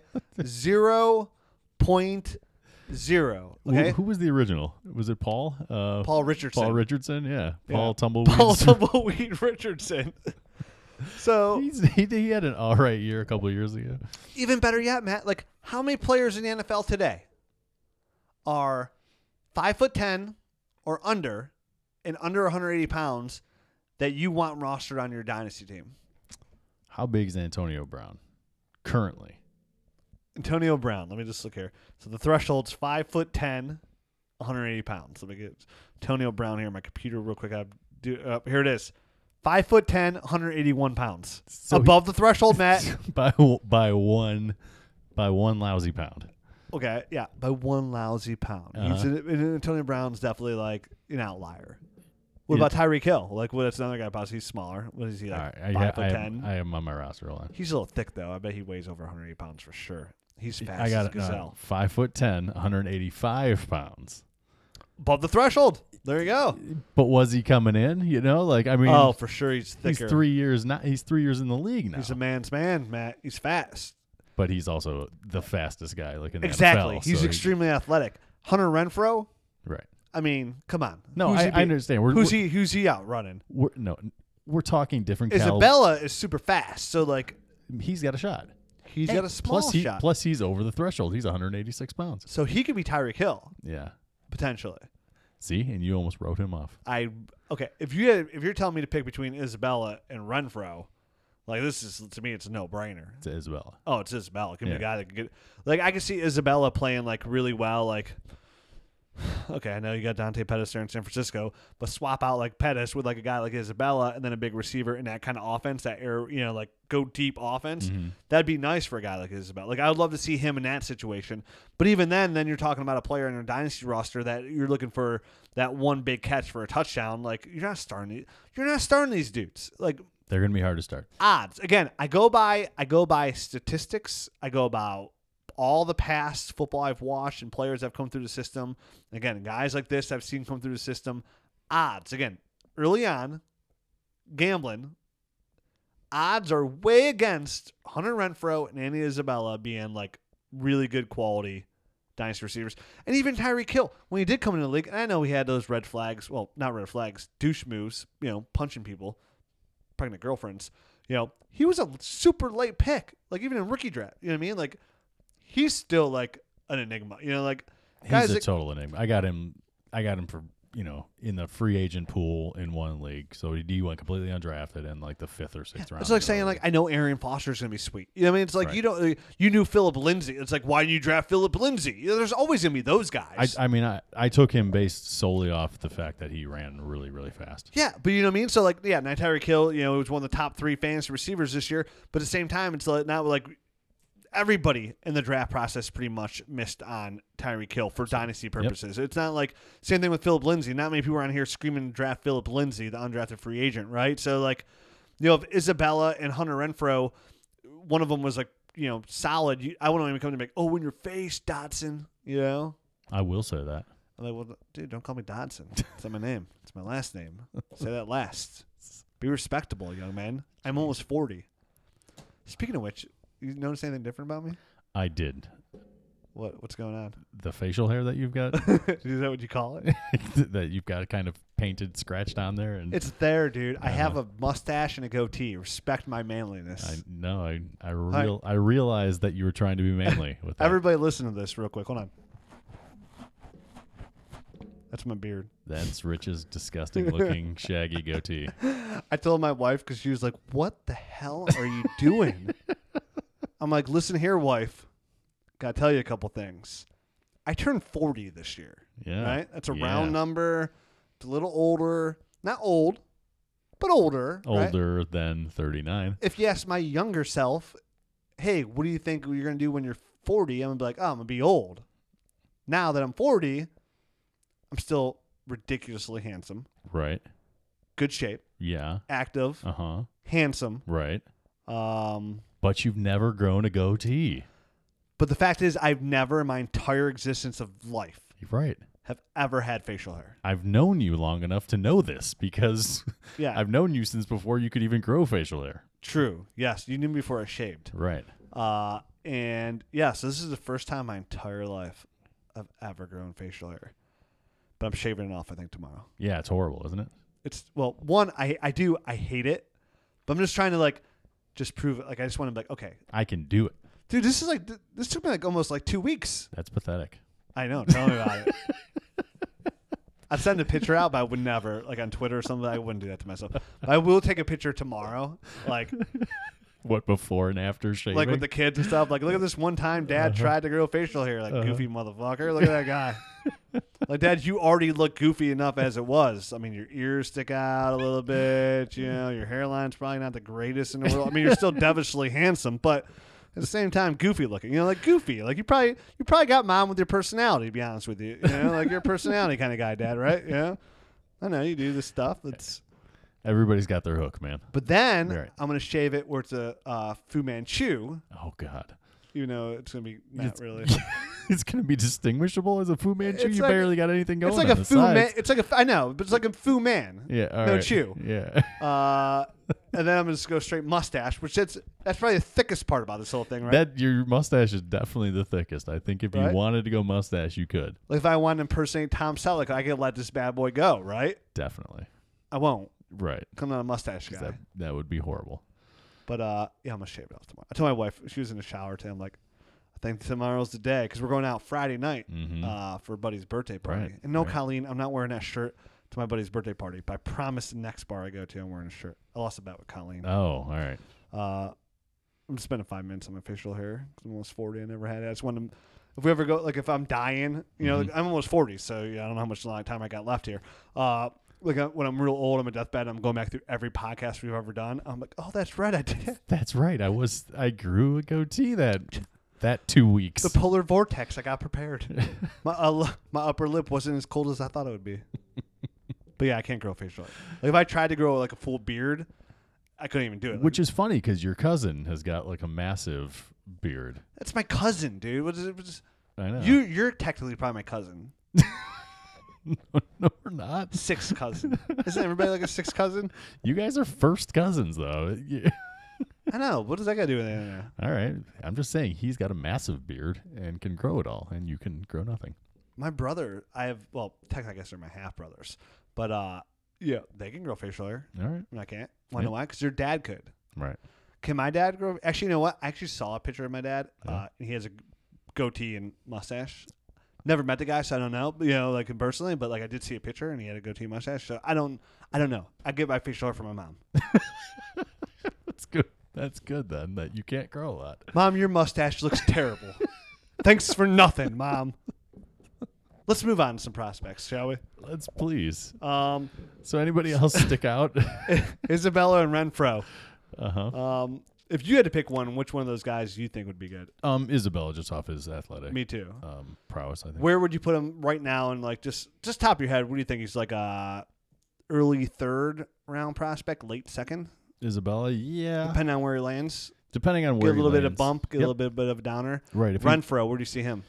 [SPEAKER 2] 0.0.
[SPEAKER 3] who-
[SPEAKER 2] Okay?
[SPEAKER 3] Who, was the original? Was it Paul? Uh,
[SPEAKER 2] Paul Richardson.
[SPEAKER 3] Paul Richardson. Yeah.
[SPEAKER 2] Yeah.
[SPEAKER 3] Paul Tumbleweed.
[SPEAKER 2] Paul Tumbleweed Richardson. so
[SPEAKER 3] He's, he, he had an all right year a couple of years ago.
[SPEAKER 2] even better yet, Matt, like how many players in the NFL today are five foot ten or under and under 180 pounds that you want rostered on your dynasty team?
[SPEAKER 3] How big is Antonio Brown currently?
[SPEAKER 2] Antonio Brown. Let me just look here. So the threshold's five foot ten, 180 pounds. Let me get Antonio Brown here. on My computer, real quick. I do up here. It is five foot ten, 181 pounds.
[SPEAKER 3] So he-
[SPEAKER 2] Above the threshold, Matt.
[SPEAKER 3] by by one by one lousy pound.
[SPEAKER 2] okay, yeah, by one lousy pound. He's
[SPEAKER 3] Uh-huh.
[SPEAKER 2] an, and Antonio Brown's definitely like an outlier. What
[SPEAKER 3] Yeah.
[SPEAKER 2] about Tyreek Hill? Like, what? That's another guy. Possibly he's smaller. What is he like?
[SPEAKER 3] all right, I,
[SPEAKER 2] five
[SPEAKER 3] I,
[SPEAKER 2] foot ten.
[SPEAKER 3] am, I am on my roster line.
[SPEAKER 2] he's a little thick though. I bet he weighs over 180 pounds for sure. He's fast
[SPEAKER 3] I
[SPEAKER 2] as a
[SPEAKER 3] got it. Uh,
[SPEAKER 2] gazelle.
[SPEAKER 3] five foot ten, 185 pounds.
[SPEAKER 2] Above the threshold. There you go.
[SPEAKER 3] But was he coming in? You know, like I mean,
[SPEAKER 2] oh, for sure, he's
[SPEAKER 3] he's
[SPEAKER 2] thicker.
[SPEAKER 3] three years not. He's three years in the league now.
[SPEAKER 2] He's a man's man, Matt. He's fast.
[SPEAKER 3] but he's also the fastest guy, like in the
[SPEAKER 2] Exactly.
[SPEAKER 3] NFL,
[SPEAKER 2] he's
[SPEAKER 3] so he-
[SPEAKER 2] extremely athletic. Hunter Renfro.
[SPEAKER 3] right.
[SPEAKER 2] I mean, come on.
[SPEAKER 3] No,
[SPEAKER 2] Who's
[SPEAKER 3] I,
[SPEAKER 2] he
[SPEAKER 3] I
[SPEAKER 2] beat-
[SPEAKER 3] understand. We're,
[SPEAKER 2] Who's
[SPEAKER 3] we're,
[SPEAKER 2] he? Who's he out running?
[SPEAKER 3] We're, no, we're talking different. Cal-
[SPEAKER 2] Isabella is super fast. So like,
[SPEAKER 3] he's got a shot.
[SPEAKER 2] he's
[SPEAKER 3] Hey,
[SPEAKER 2] got a small
[SPEAKER 3] plus he,
[SPEAKER 2] shot.
[SPEAKER 3] Plus, he's over the threshold. He's 186 pounds.
[SPEAKER 2] so he could be Tyreek Hill
[SPEAKER 3] Yeah.
[SPEAKER 2] potentially.
[SPEAKER 3] See, and you almost wrote him off.
[SPEAKER 2] I okay. If you had, if you're telling me to pick between Isabella and Renfro, like this is to me, it's a no brainer.
[SPEAKER 3] to Isabella.
[SPEAKER 2] Oh, it's Isabella. Give me a
[SPEAKER 3] Yeah.
[SPEAKER 2] guy that can get. Like, I can see Isabella playing, like, really well. Like, okay, I know you got Dante Pettis there in San Francisco, but swap out, like, Pettis with, like, a guy like Isabella and then a big receiver in that kind of offense, that air, you know, like, go deep offense. That'd be nice for a guy like Isabella. Like, I would love to see him in that situation. But even then, then you're talking about a player in your dynasty roster that you're looking for that one big catch for a touchdown. Like, you're not starting, the- you're not starting these dudes. Like,
[SPEAKER 3] They're going to be hard to start.
[SPEAKER 2] odds. Again, I go by I go by statistics. I go about all the past football I've watched and players I've come through the system. Again, guys like this I've seen come through the system. Odds. Again, early on, gambling. Odds are way against Hunter Renfro and Andy Isabella being like really good quality dynasty receivers. And even Tyreek Hill, when he did come into the league, and I know he had those red flags, well, not red flags, douche moves, you know, punching people, pregnant girlfriends, you know, he was a super late pick, like even in rookie draft. You know what I mean? Like, he's still like an enigma, you know, like,
[SPEAKER 3] He's
[SPEAKER 2] guys,
[SPEAKER 3] a
[SPEAKER 2] like,
[SPEAKER 3] total enigma. I got him. I got him for you know in the free agent pool in one league, so he- he went completely undrafted in like the fifth or sixth round.
[SPEAKER 2] it's like
[SPEAKER 3] of
[SPEAKER 2] saying
[SPEAKER 3] the
[SPEAKER 2] like I know Arian Foster's gonna be sweet. You know what I mean? It's like
[SPEAKER 3] Right.
[SPEAKER 2] you don't like, you knew Philip Lindsay. It's like why didn't you draft Philip Lindsay? You know, there's always gonna be those guys.
[SPEAKER 3] league. I, I mean, I, I took him based solely off the fact that he ran really, really fast.
[SPEAKER 2] Yeah, but you know what I mean. So like, yeah, now Tyreek Hill, you know, he was one of the top three fantasy receivers this year. But at the same time, it's like not like everybody in the draft process pretty much missed on Tyreek Hill for dynasty purposes. It's not like same thing with Philip Lindsay. Not many people around here screaming to draft Philip Lindsay, the undrafted free agent, right? So like, you know, if Isabella and Hunter Renfro, one of them was like, you know, solid. You, I wouldn't even come to make oh in your face, Dotson. You know,
[SPEAKER 3] I will say that.
[SPEAKER 2] I'm like, well, dude, don't call me Dodson. It's not my name. It's my last name. Say that last. Be respectable, young man. I'm almost 40. Speaking of which, you notice anything different about me?
[SPEAKER 3] I did.
[SPEAKER 2] What What's going on?
[SPEAKER 3] The facial hair that you've got,
[SPEAKER 2] Is that what you call it?
[SPEAKER 3] that you've got kind of painted, scratched on there, and
[SPEAKER 2] It's there, dude. I have a mustache and a goatee. Respect my manliness.
[SPEAKER 3] I no, I I real I realized that you were trying to be manly with that.
[SPEAKER 2] Everybody listen to this real quick. Hold on. That's my beard.
[SPEAKER 3] That's Rich's disgusting looking shaggy goatee.
[SPEAKER 2] I told my wife because she was like, "What the hell are you doing?" I'm like, "Listen here, wife. Gotta tell you a couple things. I turned 40 this year.
[SPEAKER 3] Yeah,
[SPEAKER 2] Right? That's a
[SPEAKER 3] yeah.
[SPEAKER 2] round number. It's a little older. Not old, but older. right?
[SPEAKER 3] older than 39.
[SPEAKER 2] If you ask my younger self, hey, what do you think you're gonna do when you're 40? I'm gonna be like, oh, I'm gonna be old. Now that I'm 40, I'm still ridiculously handsome,
[SPEAKER 3] Right.
[SPEAKER 2] good shape,
[SPEAKER 3] Yeah.
[SPEAKER 2] active,
[SPEAKER 3] Uh huh.
[SPEAKER 2] handsome.
[SPEAKER 3] Right.
[SPEAKER 2] Um,
[SPEAKER 3] But you've never grown a goatee.
[SPEAKER 2] But the fact is, I've never in my entire existence of life
[SPEAKER 3] You're right.
[SPEAKER 2] have ever had facial hair.
[SPEAKER 3] I've known you long enough to know this because
[SPEAKER 2] Yeah.
[SPEAKER 3] I've known you since before you could even grow facial hair.
[SPEAKER 2] True. Yes, you knew me before I shaved.
[SPEAKER 3] Right.
[SPEAKER 2] Uh, and yeah, so this is the first time in my entire life I've ever grown facial hair. But I'm shaving it off, I think, tomorrow.
[SPEAKER 3] Yeah, it's horrible, isn't it?
[SPEAKER 2] It's well, one, I I do I hate it, but I'm just trying to like just prove it. Like I just want to be like, okay,
[SPEAKER 3] I can do it.
[SPEAKER 2] dude, this is like th- this took me like almost like two weeks.
[SPEAKER 3] That's pathetic.
[SPEAKER 2] I know. Tell me about it. I'd send a picture out, but I would never, like on Twitter or something. I wouldn't do that to myself. But I will take a picture tomorrow, like
[SPEAKER 3] What before and after shaving?
[SPEAKER 2] like with the kids and stuff. Like, look at this one time dad tried to grow facial hair. Like, goofy motherfucker. Look at that guy. like, dad, you already look goofy enough as it was. I mean, your ears stick out a little bit. You know, your hairline's probably not the greatest in the world. I mean, you're still devilishly handsome, but at the same time, goofy looking. You know, like goofy. Like you probably you probably got mom with your personality. To be honest with you, you know, like you're a personality kind of guy, dad, right? Yeah. I know you do this stuff. It's
[SPEAKER 3] Everybody's got their hook, man.
[SPEAKER 2] but then
[SPEAKER 3] Right.
[SPEAKER 2] I'm gonna shave it where it's a uh, Fu Manchu,
[SPEAKER 3] Oh God.
[SPEAKER 2] even though it's gonna be not really.
[SPEAKER 3] it's gonna be distinguishable as a Fu Manchu.
[SPEAKER 2] It's
[SPEAKER 3] you
[SPEAKER 2] like-
[SPEAKER 3] barely got anything going.
[SPEAKER 2] It's like
[SPEAKER 3] on
[SPEAKER 2] a
[SPEAKER 3] the
[SPEAKER 2] Fu Man.
[SPEAKER 3] sides.
[SPEAKER 2] It's like a I know, but it's like a Fu Man.
[SPEAKER 3] Yeah. all
[SPEAKER 2] no
[SPEAKER 3] right.
[SPEAKER 2] chew.
[SPEAKER 3] Yeah.
[SPEAKER 2] Uh, and then I'm gonna just go straight mustache, which that's that's probably the thickest part about this whole thing, right?
[SPEAKER 3] That your mustache is definitely the thickest. I think if you
[SPEAKER 2] Right?
[SPEAKER 3] wanted to go mustache, you could
[SPEAKER 2] like if I wanted to impersonate Tom Selleck, I could let this bad boy go, right?
[SPEAKER 3] definitely.
[SPEAKER 2] I won't.
[SPEAKER 3] Right.
[SPEAKER 2] Cause I'm not a mustache guy.
[SPEAKER 3] That that would be horrible.
[SPEAKER 2] But uh, yeah, I'm gonna shave it off tomorrow. I told my wife she was in the shower today. I'm like, I think tomorrow's the day because we're going out Friday night
[SPEAKER 3] Mhm.
[SPEAKER 2] uh, for Buddy's birthday party.
[SPEAKER 3] Right,
[SPEAKER 2] and no,
[SPEAKER 3] right.
[SPEAKER 2] Colleen, I'm not wearing that shirt to my buddy's birthday party. But I promise the next bar I go to, I'm wearing a shirt. I lost a bet with Colleen.
[SPEAKER 3] Oh, all right.
[SPEAKER 2] Uh, I'm just spending five minutes on my facial hair. 'cause I'm almost 40. I never had it. I just want to, if we ever go, like if I'm dying, you know,
[SPEAKER 3] Mm-hmm.
[SPEAKER 2] like, I'm almost 40, so yeah, I don't know how much long time I got left here. Uh, like uh, when I'm real old, I'm a deathbed. I'm going back through every podcast we've ever done. I'm like, oh, that's right, I did.
[SPEAKER 3] That's right. I was I grew a goatee that that two weeks.
[SPEAKER 2] The polar vortex. I got prepared. my uh, l- my upper lip wasn't as cold as I thought it would be. but yeah, I can't grow facial hair. Like if I tried to grow like a full beard, I couldn't even do it.
[SPEAKER 3] Which is funny because your cousin has got like a massive beard.
[SPEAKER 2] that's my cousin, dude. What is it? What is-
[SPEAKER 3] I know.
[SPEAKER 2] You you're technically probably my cousin.
[SPEAKER 3] no, we're not.
[SPEAKER 2] sixth cousin. Isn't everybody like a sixth cousin?
[SPEAKER 3] You guys are first cousins though. Yeah.
[SPEAKER 2] I know. What does that got to do with anything?
[SPEAKER 3] all right. I'm just saying he's got a massive beard and can grow it all, and you can grow nothing.
[SPEAKER 2] My brother, I have. Well, technically, I guess they're my half brothers, but uh, yeah, they can grow facial hair.
[SPEAKER 3] All right.
[SPEAKER 2] And I can't. Why? know why? Because your dad could.
[SPEAKER 3] Right.
[SPEAKER 2] Can my dad grow? Actually, you know what? I actually saw a picture of my dad. Uh, and he has a goatee and mustache. Never met the guy, so I don't know. You know, like him personally, but like I did see a picture, and he had a goatee and mustache. So I don't, I don't know. I get my facial hair from my mom.
[SPEAKER 3] That's good. That's good then that you can't grow a lot.
[SPEAKER 2] Mom, your mustache looks terrible. Thanks for nothing, Mom. Let's move on to some prospects, shall we?
[SPEAKER 3] Let's please.
[SPEAKER 2] Um,
[SPEAKER 3] So anybody else stick out?
[SPEAKER 2] Isabella and Renfro.
[SPEAKER 3] uh-huh.
[SPEAKER 2] Um, if you had to pick one, which one of those guys do you think would be good?
[SPEAKER 3] Um Isabella just off his athletic
[SPEAKER 2] Me too.
[SPEAKER 3] um prowess, I think.
[SPEAKER 2] Where would you put him right now? And like just just top of your head, what do you think? He's like a early third round prospect, late second,
[SPEAKER 3] Isabella, yeah.
[SPEAKER 2] depending on where he lands.
[SPEAKER 3] Depending on
[SPEAKER 2] Get
[SPEAKER 3] where
[SPEAKER 2] a
[SPEAKER 3] he
[SPEAKER 2] little bit of
[SPEAKER 3] lands.
[SPEAKER 2] bump, get
[SPEAKER 3] Yep.
[SPEAKER 2] a little bit, bit of a downer.
[SPEAKER 3] Right. If he-
[SPEAKER 2] Renfro, where do you see him?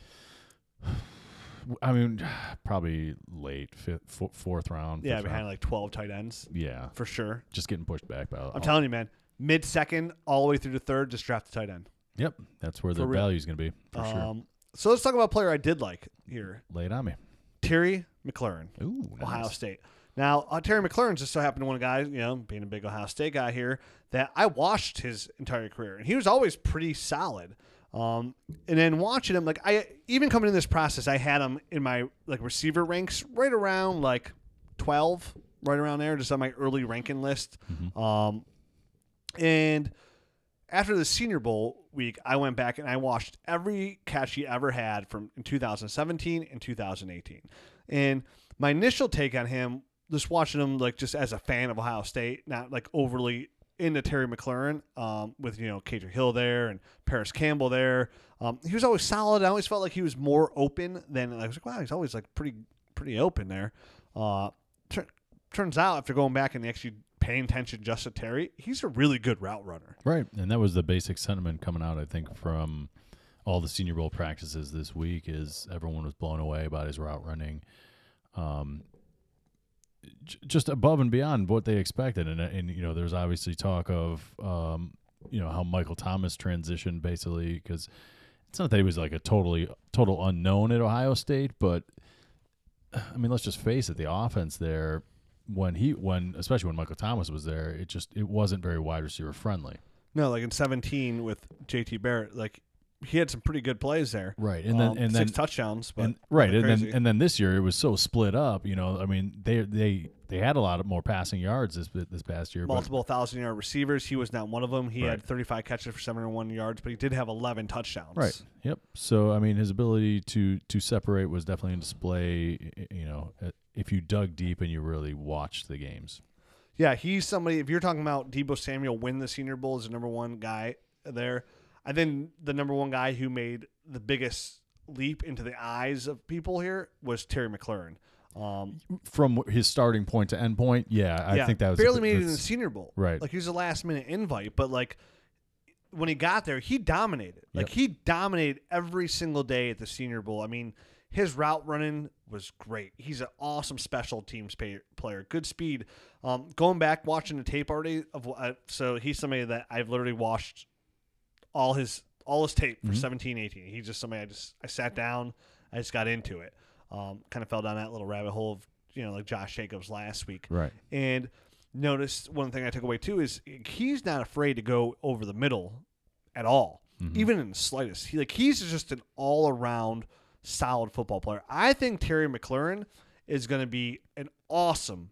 [SPEAKER 3] I mean, probably late fifth, fo- fourth round.
[SPEAKER 2] Yeah,
[SPEAKER 3] fifth
[SPEAKER 2] behind
[SPEAKER 3] round.
[SPEAKER 2] like twelve tight ends
[SPEAKER 3] Yeah,
[SPEAKER 2] for sure.
[SPEAKER 3] just getting pushed back. By
[SPEAKER 2] I'm telling you, man. Mid second, all the way through to third, just draft the tight end.
[SPEAKER 3] Yep, that's where the
[SPEAKER 2] For real.
[SPEAKER 3] value's going to be for sure.
[SPEAKER 2] Um, so let's talk about a player I did like here,
[SPEAKER 3] Lay it on me.
[SPEAKER 2] Terry McLaurin,
[SPEAKER 3] Ooh, nice.
[SPEAKER 2] Ohio State. Now uh, Terry McLaurin just so happened to one guy, you know, being a big Ohio State guy here, that I watched his entire career, and he was always pretty solid. Um, and then watching him, like I even coming in this process, I had him in my like receiver ranks right around like 12, right around there, just on my early ranking list. Um, and after the Senior Bowl week, I went back and I watched every catch he ever had from in 2017 and 2018. And my initial take on him, just watching him like just as a fan of Ohio State, not like overly into Terry McLaurin, um, with you know Cater Hill there and Paris Campbell there. Um, he was always solid. I always felt like he was more open than I was like, wow, he's always like pretty pretty open there. Uh, tur- turns out after going back and actually paying attention just to Terry, he's a really good route runner.
[SPEAKER 3] Right, and that was the basic sentiment coming out, I think, from all the Senior Bowl practices this week is everyone was blown away about his route running, um, j- just above and beyond what they expected. And and you know, there's obviously talk of um, you know how Michael Thomas transitioned basically because it's not that he was like a totally total unknown at Ohio State, but I mean, let's just face it, the offense there when he when especially when Michael Thomas was there, it just it wasn't very wide receiver friendly.
[SPEAKER 2] No, like in 17 with JT Barrett, like he had some pretty good plays there.
[SPEAKER 3] Right, and then-
[SPEAKER 2] Um,
[SPEAKER 3] and
[SPEAKER 2] six
[SPEAKER 3] then-
[SPEAKER 2] touchdowns, but
[SPEAKER 3] and, right, and
[SPEAKER 2] nothing
[SPEAKER 3] then
[SPEAKER 2] crazy.
[SPEAKER 3] and then this year it was so split up. You know, I mean, they they they had a lot of more passing yards this this past year. but-
[SPEAKER 2] multiple thousand yard receivers. He was not one of them. He
[SPEAKER 3] Right.
[SPEAKER 2] had 35 catches for 71 yards, but he did have 11 touchdowns.
[SPEAKER 3] Right. Yep. So I mean, his ability to to separate was definitely in display. y- You know, uh, if you dug deep and you really watched the games.
[SPEAKER 2] Yeah, he's somebody. If you're talking about Debo Samuel win the Senior Bowl as the number one guy there, I think the number one guy who made the biggest leap into the eyes of people here was Terry McLaurin. Um,
[SPEAKER 3] From his starting point to end point, yeah, I
[SPEAKER 2] yeah,
[SPEAKER 3] think that was
[SPEAKER 2] barely made it in the
[SPEAKER 3] that's-
[SPEAKER 2] Senior Bowl.
[SPEAKER 3] Right.
[SPEAKER 2] like he was a last minute invite, but like when he got there, he dominated. Like he dominated every single day at the Senior Bowl. I mean, his route running was great. He's an awesome special teams pay, player. Good speed. Um, going back watching the tape already of wh- uh, so he's somebody that I've literally watched all his all his tape for
[SPEAKER 3] Mm-hmm.
[SPEAKER 2] seventeen, eighteen. 17 18 he's just somebody i just i sat down i just got into it um, kind of fell down that little rabbit hole of you know like josh jacobs last week
[SPEAKER 3] Right.
[SPEAKER 2] and noticed one thing i took away too is he's not afraid to go over the middle at all
[SPEAKER 3] Mm-hmm.
[SPEAKER 2] even in the slightest he like he's just an all-around solid football player i think terry mclaurin is going to be an awesome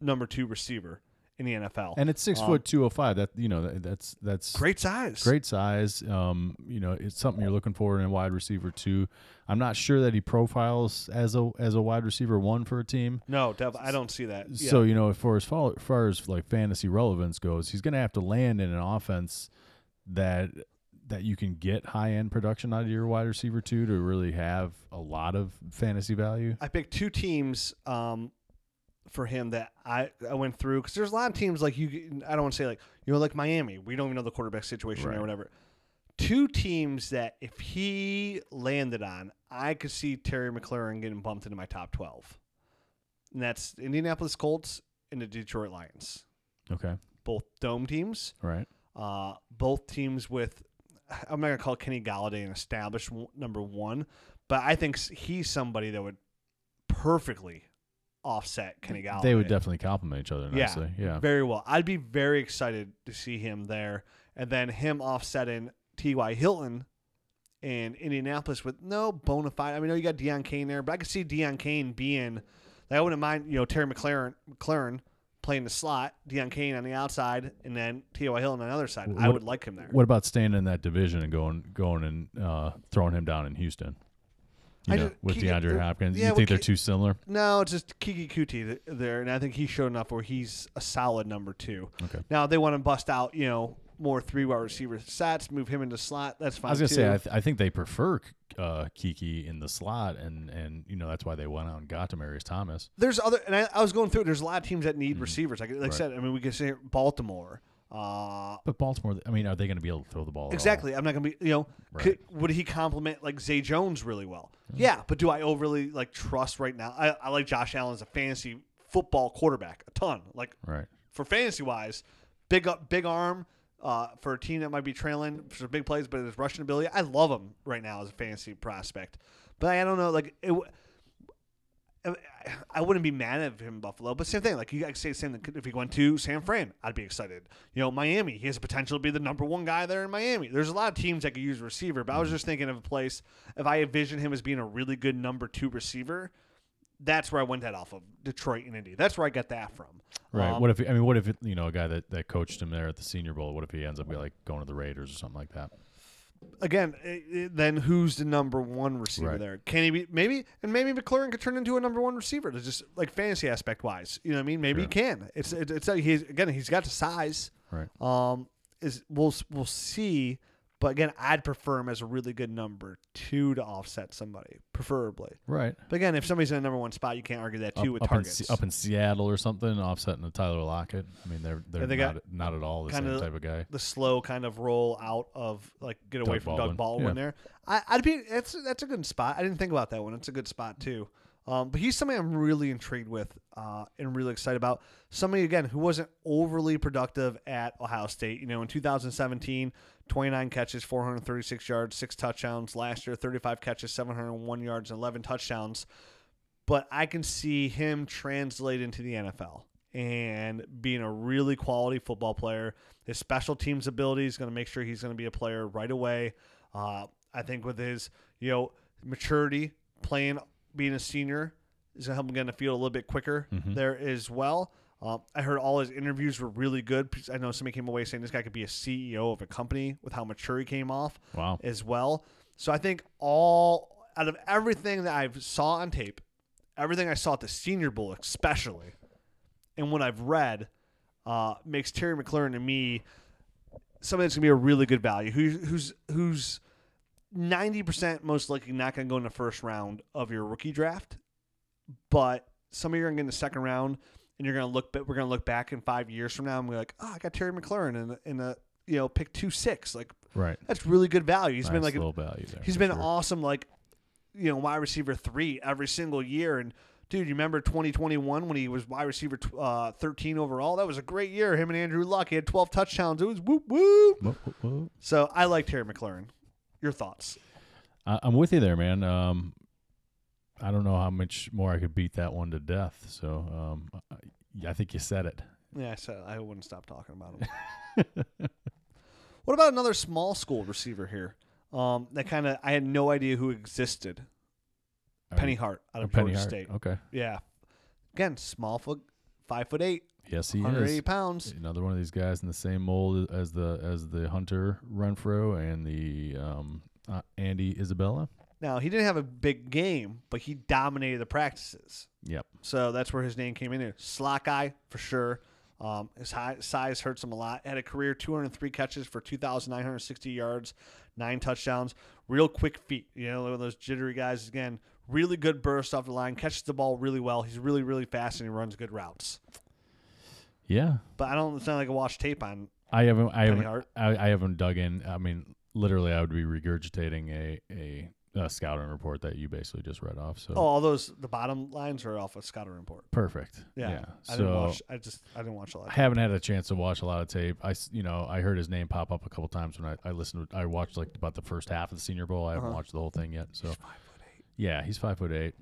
[SPEAKER 2] number two receiver in the nfl
[SPEAKER 3] And it's six foot two oh five. That you know that, that's that's
[SPEAKER 2] great size
[SPEAKER 3] great size. Um, you know, it's something you're looking for in a wide receiver too. I'm not sure that he profiles as a as a wide receiver one for a team.
[SPEAKER 2] No, Dev, I don't see that. Yeah.
[SPEAKER 3] So you know, for as far, far as like fantasy relevance goes, he's going to have to land in an offense that that you can get high end production out of your wide receiver too to really have a lot of fantasy value.
[SPEAKER 2] I picked two teams um, for him that I, I went through because there's a lot of teams like you. I don't want to say like you know like Miami. We don't even know the quarterback situation
[SPEAKER 3] Right.
[SPEAKER 2] or whatever. Two teams that if he landed on, I could see Terry McLaurin getting bumped into my top twelve, and that's Indianapolis Colts and the Detroit Lions.
[SPEAKER 3] Okay,
[SPEAKER 2] Both dome teams.
[SPEAKER 3] all right,
[SPEAKER 2] Uh, both teams with, I'm not gonna call Kenny Galladay an established w- number one, but I think s- he's somebody that would perfectly offset Kenny Galladay.
[SPEAKER 3] they would definitely complement each other
[SPEAKER 2] Yeah.
[SPEAKER 3] nicely. Yeah,
[SPEAKER 2] very well. I'd be very excited to see him there, and then him offsetting T.Y. Hilton in Indianapolis with no bona fide. I mean, I know you got Deion Kane there, but I could see Deion Kane being. Like, I wouldn't mind, you know, Terry McLaren, McLaren playing the slot, Deion Kane on the outside, and then T.Y. Hilton on the other side. I
[SPEAKER 3] What-
[SPEAKER 2] would like him there.
[SPEAKER 3] What about staying in that division and going going and uh, throwing him down in Houston? You
[SPEAKER 2] I
[SPEAKER 3] know,
[SPEAKER 2] just-
[SPEAKER 3] with
[SPEAKER 2] Keegan-
[SPEAKER 3] DeAndre
[SPEAKER 2] they're-
[SPEAKER 3] Hopkins,
[SPEAKER 2] yeah,
[SPEAKER 3] you
[SPEAKER 2] with
[SPEAKER 3] think they're
[SPEAKER 2] Ke-
[SPEAKER 3] too similar?
[SPEAKER 2] No, it's just Kiki Kuti th- there, and I think he's shown enough where he's a solid number two.
[SPEAKER 3] Okay.
[SPEAKER 2] Now they want to bust out, you know, more three wide receiver sets, move him into slot. That's fine.
[SPEAKER 3] I was gonna
[SPEAKER 2] too.
[SPEAKER 3] say I, th- I think they prefer uh, Kiki in the slot, and and you know that's why they went out and got Demarius Thomas.
[SPEAKER 2] there's other, and I, I was going through. it. There's a lot of teams that need receivers. Like, like I said, I mean, we could say Baltimore. Uh,
[SPEAKER 3] But Baltimore, I mean, are they going to be able to throw the ball? at all?
[SPEAKER 2] exactly. I'm not gonna be, you know, could, would he compliment like Zay Jones really well? Yeah, but do I overly like trust right now? I, I like Josh Allen as a fantasy football quarterback a ton. Like
[SPEAKER 3] Right.
[SPEAKER 2] for fantasy wise, big up, big arm uh, for a team that might be trailing for big plays, but his rushing ability, I love him right now as a fantasy prospect. But I don't know, like it. w- I- I wouldn't be mad at him in Buffalo, but same thing. Like you guys say, the same thing. If he went to San Fran, I'd be excited. You know, Miami, he has the potential to be the number one guy there in Miami. There's a lot of teams that could use a receiver, but I was just thinking of a place. If I envision him as being a really good number two receiver, that's where I went that off of Detroit and Indy. That's where I got that from.
[SPEAKER 3] Right.
[SPEAKER 2] Um,
[SPEAKER 3] what if? I mean, what if you know a guy that, that coached him there at the Senior Bowl? What if he ends up like going to the Raiders or something like that?
[SPEAKER 2] again, i i- then who's the number one receiver
[SPEAKER 3] Right.
[SPEAKER 2] there? Can he be maybe and maybe McLaurin could turn into a number one receiver. It's just like fantasy aspect wise, you know what I mean? Maybe he can. It's it's, it's like he's again he's got the size.
[SPEAKER 3] Right.
[SPEAKER 2] Um, is we'll s- we'll see, but again, I'd prefer him as a really good number two to offset somebody. preferably.
[SPEAKER 3] Right.
[SPEAKER 2] But again, if somebody's in the number one spot, you can't argue that too with
[SPEAKER 3] up, up in,
[SPEAKER 2] targets.
[SPEAKER 3] Se- up in Seattle or something, offsetting a Tyler Lockett. I mean, they're they're
[SPEAKER 2] Yeah, they
[SPEAKER 3] not,
[SPEAKER 2] got
[SPEAKER 3] not at all the same
[SPEAKER 2] kinda
[SPEAKER 3] type of guy.
[SPEAKER 2] the slow kind of roll out of like get away
[SPEAKER 3] Doug
[SPEAKER 2] from
[SPEAKER 3] Baldwin.
[SPEAKER 2] Doug Baldwin
[SPEAKER 3] Yeah.
[SPEAKER 2] there. I, I'd be that's that's a good spot. I didn't think about that one. It's a good spot too. Um, but he's somebody I'm really intrigued with uh, and really excited about. Somebody again who wasn't overly productive at Ohio State. You know, in 2017, 29 catches, 436 yards, six touchdowns. Last year, 35 catches, 701 yards, 11 touchdowns but I can see him translate into the NFL and being a really quality football player. His special teams ability is going to make sure he's going to be a player right away. Uh, I think with his you know maturity, playing, being a senior, is going to help him get in the field a little bit quicker there as well. Um, I heard all his interviews were really good. because I know somebody came away saying this guy could be a CEO of a company with how mature he came off
[SPEAKER 3] Wow.
[SPEAKER 2] as well. So I think all out of everything that I've saw on tape, everything I saw at the Senior Bowl especially, and what I've read, uh, makes Terry McLaurin to me somebody that's gonna be a really good value. Who's who's who's ninety percent most likely not gonna go in the first round of your rookie draft, but some of you are gonna get in the second round, and you're gonna look. But we're gonna look back in five years from now and be like, oh, I got Terry McLaurin in a- in a you know pick two six like.
[SPEAKER 3] Right.
[SPEAKER 2] That's really good value. He's
[SPEAKER 3] He's
[SPEAKER 2] been like
[SPEAKER 3] little
[SPEAKER 2] an,
[SPEAKER 3] value there.
[SPEAKER 2] he's
[SPEAKER 3] for
[SPEAKER 2] been
[SPEAKER 3] sure.
[SPEAKER 2] awesome, like you know wide receiver three every single year. And dude, you remember 2021 when he was wide receiver tw- uh, 13 overall? That was a great year. Him and Andrew Luck he had 12 touchdowns. It was whoop whoop.
[SPEAKER 3] Whoa, whoa, whoa.
[SPEAKER 2] So I like Terry McLaurin. Your thoughts?
[SPEAKER 3] I, I'm with you there, man. Um, I don't know how much more I could beat that one to death. So um, I, yeah, I think you said it.
[SPEAKER 2] Yeah, I said I wouldn't stop talking about him. what about another small school receiver here? Um, that kind of I had no idea who existed.
[SPEAKER 3] I
[SPEAKER 2] Penny
[SPEAKER 3] mean,
[SPEAKER 2] Hart out
[SPEAKER 3] oh,
[SPEAKER 2] of
[SPEAKER 3] Penny
[SPEAKER 2] Georgia
[SPEAKER 3] Hart.
[SPEAKER 2] State.
[SPEAKER 3] Okay.
[SPEAKER 2] Yeah, again, small foot, five foot eight,
[SPEAKER 3] Yes, he
[SPEAKER 2] 180
[SPEAKER 3] is.
[SPEAKER 2] pounds.
[SPEAKER 3] Another one of these guys in the same mold as the as the Hunter Renfro and the um, uh, Andy Isabella.
[SPEAKER 2] Now he didn't have a big game, but he dominated the practices,
[SPEAKER 3] Yep.
[SPEAKER 2] so that's where his name came in there. Slot guy for sure. Um, his high, size hurts him a lot. Had a career 203 catches for 2,960 yards, nine touchdowns. Real quick feet. You know, one of those jittery guys. Again, really good burst off the line. Catches the ball really well. He's really, really fast and he runs good routes.
[SPEAKER 3] Yeah.
[SPEAKER 2] But I don't. It's not like I watch tape on.
[SPEAKER 3] I haven't. I haven't.
[SPEAKER 2] Hart.
[SPEAKER 3] I, I haven't dug in. I mean, literally, I would be regurgitating a a, a scouting report that you basically just read off. So
[SPEAKER 2] Oh, all those the bottom lines are off of Scott Report.
[SPEAKER 3] perfect.
[SPEAKER 2] Yeah, I
[SPEAKER 3] So
[SPEAKER 2] didn't watch. I just I didn't watch a lot.
[SPEAKER 3] I haven't had a chance to watch a lot of tape. I, s- you know, I heard his name pop up a couple times when I, I listened. To, I watched like about the first half of the Senior Bowl. I haven't
[SPEAKER 2] Uh-huh.
[SPEAKER 3] watched the whole thing yet. So yeah, he's five foot eight.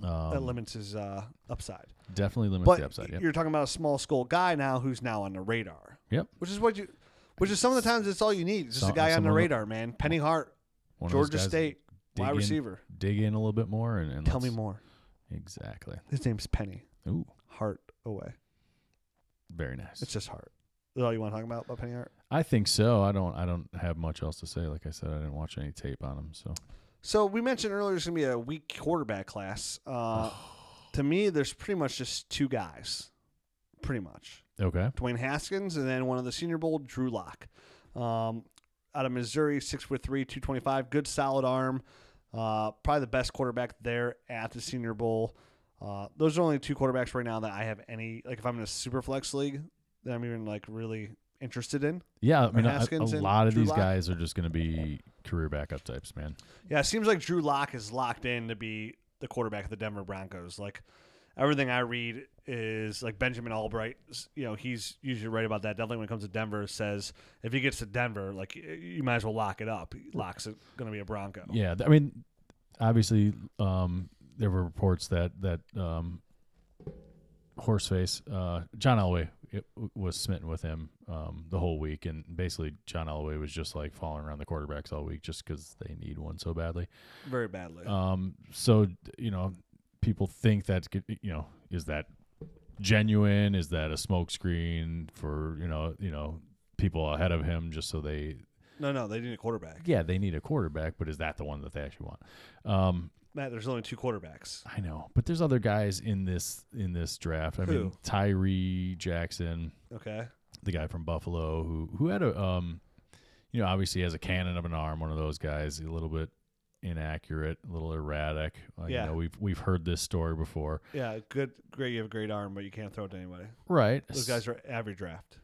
[SPEAKER 2] that
[SPEAKER 3] Um,
[SPEAKER 2] limits his uh, upside.
[SPEAKER 3] definitely limits
[SPEAKER 2] But
[SPEAKER 3] the upside. Yep.
[SPEAKER 2] you're talking about a small skull guy now who's now on the radar,
[SPEAKER 3] yep.
[SPEAKER 2] which is what you, which is some of the times it's all you need. It's just
[SPEAKER 3] Some-
[SPEAKER 2] a guy on the
[SPEAKER 3] someone-
[SPEAKER 2] radar, man. Penny Hart,
[SPEAKER 3] One of those
[SPEAKER 2] Georgia
[SPEAKER 3] guys that
[SPEAKER 2] State
[SPEAKER 3] dig
[SPEAKER 2] wide
[SPEAKER 3] in-
[SPEAKER 2] receiver.
[SPEAKER 3] Dig in a little bit more and, and
[SPEAKER 2] Tell me
[SPEAKER 3] let's-
[SPEAKER 2] more.
[SPEAKER 3] Exactly.
[SPEAKER 2] His name's Penny
[SPEAKER 3] Ooh,
[SPEAKER 2] Hart away.
[SPEAKER 3] very nice.
[SPEAKER 2] It's just Hart. Is that all you want to talk about about Penny Hart?
[SPEAKER 3] I think so. I don't. I don't have much else to say. Like I said, I didn't watch any tape on him. So
[SPEAKER 2] So we mentioned earlier there's gonna be a weak quarterback class. Uh, to me, there's pretty much just two guys, pretty much.
[SPEAKER 3] okay,
[SPEAKER 2] Dwayne Haskins, and then one of the Senior Bowl, Drew Lock, Um, out of Missouri, six foot three, two twenty five, good solid arm. Uh, probably the best quarterback there at the Senior Bowl. Uh, those are only two quarterbacks right now that I have any like. If I'm in a super flex league, that I'm even like really interested in.
[SPEAKER 3] yeah. I mean, a, a
[SPEAKER 2] Haskins and
[SPEAKER 3] lot of
[SPEAKER 2] Drew
[SPEAKER 3] these
[SPEAKER 2] Lock?
[SPEAKER 3] guys are just going to be career backup types, man.
[SPEAKER 2] Yeah, it seems like Drew Lock is locked in to be the quarterback of the Denver Broncos. Like everything I read is like Benjamin Albright. s- You know, he's usually right about that. Definitely when it comes to Denver, says if he gets to Denver, like y- you might as well lock it up. Lock's going to be a Bronco.
[SPEAKER 3] Yeah, th- I mean, obviously, um, there were reports that that um, Horseface uh, John Elway it, w- was smitten with him um, the whole week, and basically John Elway was just like falling around the quarterbacks all week just because they need one so badly.
[SPEAKER 2] Very badly.
[SPEAKER 3] Um, so d- you know, people think that you know is that genuine? Is that a smokescreen for you know you know people ahead of him just so they
[SPEAKER 2] no, no, they need a quarterback.
[SPEAKER 3] yeah they need a quarterback, but is that the one that they actually want? Um,
[SPEAKER 2] Matt, there's only two quarterbacks.
[SPEAKER 3] I know, but there's other guys in this in this draft. I mean
[SPEAKER 2] Who?
[SPEAKER 3] Tyree Jackson,
[SPEAKER 2] Okay.
[SPEAKER 3] the guy from Buffalo, who who had a um, you know obviously has a cannon of an arm, one of those guys, a little bit inaccurate, a little erratic. Like,
[SPEAKER 2] Yeah.
[SPEAKER 3] You know, we've we've heard this story before.
[SPEAKER 2] Yeah, good, great. You have a great arm, but you can't throw it to anybody.
[SPEAKER 3] Right.
[SPEAKER 2] Those guys are average draft.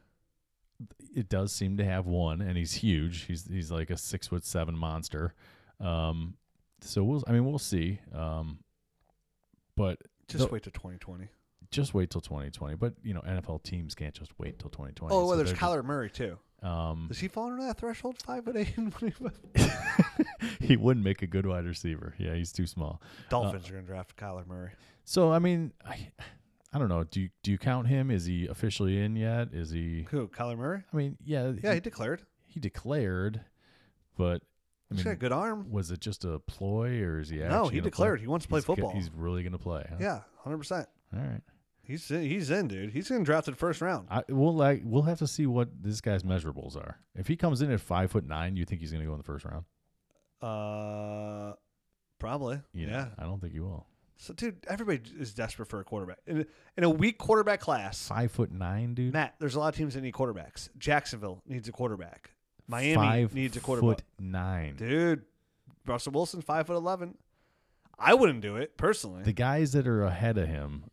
[SPEAKER 3] it does seem to have one, and he's huge. He's he's like a six foot seven monster. Um, so we'll I mean we'll see. Um, but
[SPEAKER 2] Just
[SPEAKER 3] No.
[SPEAKER 2] wait till
[SPEAKER 3] Oh,
[SPEAKER 2] 2020.
[SPEAKER 3] just wait till 2020. But you know NFL teams can't just wait till 2020.
[SPEAKER 2] Oh,
[SPEAKER 3] so
[SPEAKER 2] well, there's
[SPEAKER 3] they're just-
[SPEAKER 2] Kyler Murray too.
[SPEAKER 3] Um,
[SPEAKER 2] Does he fall under that threshold? Five foot eight.
[SPEAKER 3] he wouldn't make a good wide receiver. Yeah, he's too small.
[SPEAKER 2] Dolphins are gonna draft Kyler Murray.
[SPEAKER 3] So I mean, I, I don't know. Do you do you count him? Is he officially in yet? Is he?
[SPEAKER 2] Who? Kyler Murray?
[SPEAKER 3] I mean, yeah,
[SPEAKER 2] Yeah,
[SPEAKER 3] he,
[SPEAKER 2] he declared.
[SPEAKER 3] he declared, but I
[SPEAKER 2] He's
[SPEAKER 3] mean,
[SPEAKER 2] got a good arm.
[SPEAKER 3] was it just a ploy or is he?
[SPEAKER 2] No,
[SPEAKER 3] actually
[SPEAKER 2] he
[SPEAKER 3] gonna play?
[SPEAKER 2] declared he wants to play
[SPEAKER 3] He's go-
[SPEAKER 2] football.
[SPEAKER 3] he's really gonna play. Huh?
[SPEAKER 2] yeah, hundred percent.
[SPEAKER 3] All right.
[SPEAKER 2] He's in, he's in, dude. He's getting drafted first round.
[SPEAKER 3] I, we'll like we'll have to see what this guy's measurables are. If he comes in at five foot nine, you think he's gonna go in the first round?
[SPEAKER 2] Uh, probably.
[SPEAKER 3] You know,
[SPEAKER 2] yeah.
[SPEAKER 3] I don't think he will.
[SPEAKER 2] So, dude, everybody is desperate for a quarterback in a, in a weak quarterback class.
[SPEAKER 3] Five foot nine, dude.
[SPEAKER 2] Matt, there's a lot of teams that need quarterbacks. Jacksonville needs a quarterback. Miami
[SPEAKER 3] five
[SPEAKER 2] needs a quarterback.
[SPEAKER 3] Foot nine.
[SPEAKER 2] Dude, Russell Wilson, five foot eleven. I wouldn't do it personally.
[SPEAKER 3] The guys that are ahead of him,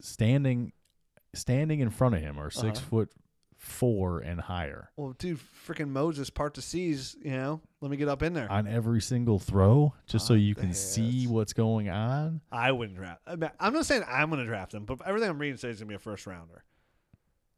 [SPEAKER 3] standing, standing in front of him, are 6
[SPEAKER 2] Uh-huh.
[SPEAKER 3] foot four and higher.
[SPEAKER 2] well, dude, freaking Moses part the seas. You know, let me get up in there. I,
[SPEAKER 3] On every single throw, just
[SPEAKER 2] Ah,
[SPEAKER 3] so you can see
[SPEAKER 2] yes.
[SPEAKER 3] what's going on.
[SPEAKER 2] wouldn't draft. I mean, I'm not saying I'm going to draft him, but everything I'm reading says he's going to be a first rounder.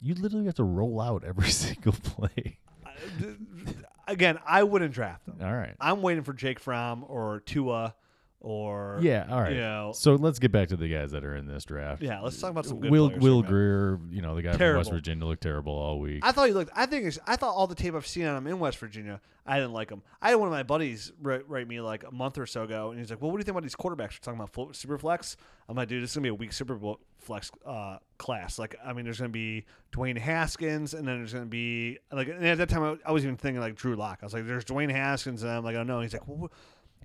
[SPEAKER 3] You literally have to roll out every single play.
[SPEAKER 2] I- d- d- Again, I wouldn't draft him.
[SPEAKER 3] All right.
[SPEAKER 2] I'm waiting for Jake Fromm or Tua or
[SPEAKER 3] Yeah. All right.
[SPEAKER 2] you know-
[SPEAKER 3] so let's get back to the guys that are in this draft.
[SPEAKER 2] yeah. Let's talk about some good
[SPEAKER 3] Will
[SPEAKER 2] players here,
[SPEAKER 3] Will
[SPEAKER 2] man.
[SPEAKER 3] Greer, you know the guy from West
[SPEAKER 2] Terrible.
[SPEAKER 3] Virginia, looked terrible all week.
[SPEAKER 2] I thought he looked. I think it's, I thought all the tape I've seen on him in West Virginia, I didn't like him. I had one of my buddies write, write me like a month or so ago, and he's like, "Well, what do you think about these quarterbacks? We're talking about flo- super flex." I'm like, "Dude, this is gonna be a weak super Bowl flex uh, class. Like, I mean, there's gonna be Dwayne Haskins, and then there's gonna be like." And at that time, I, I was even thinking like Drew Lock. I was like, "There's Dwayne Haskins," and I'm like, "Oh no." He's like, well, wh-"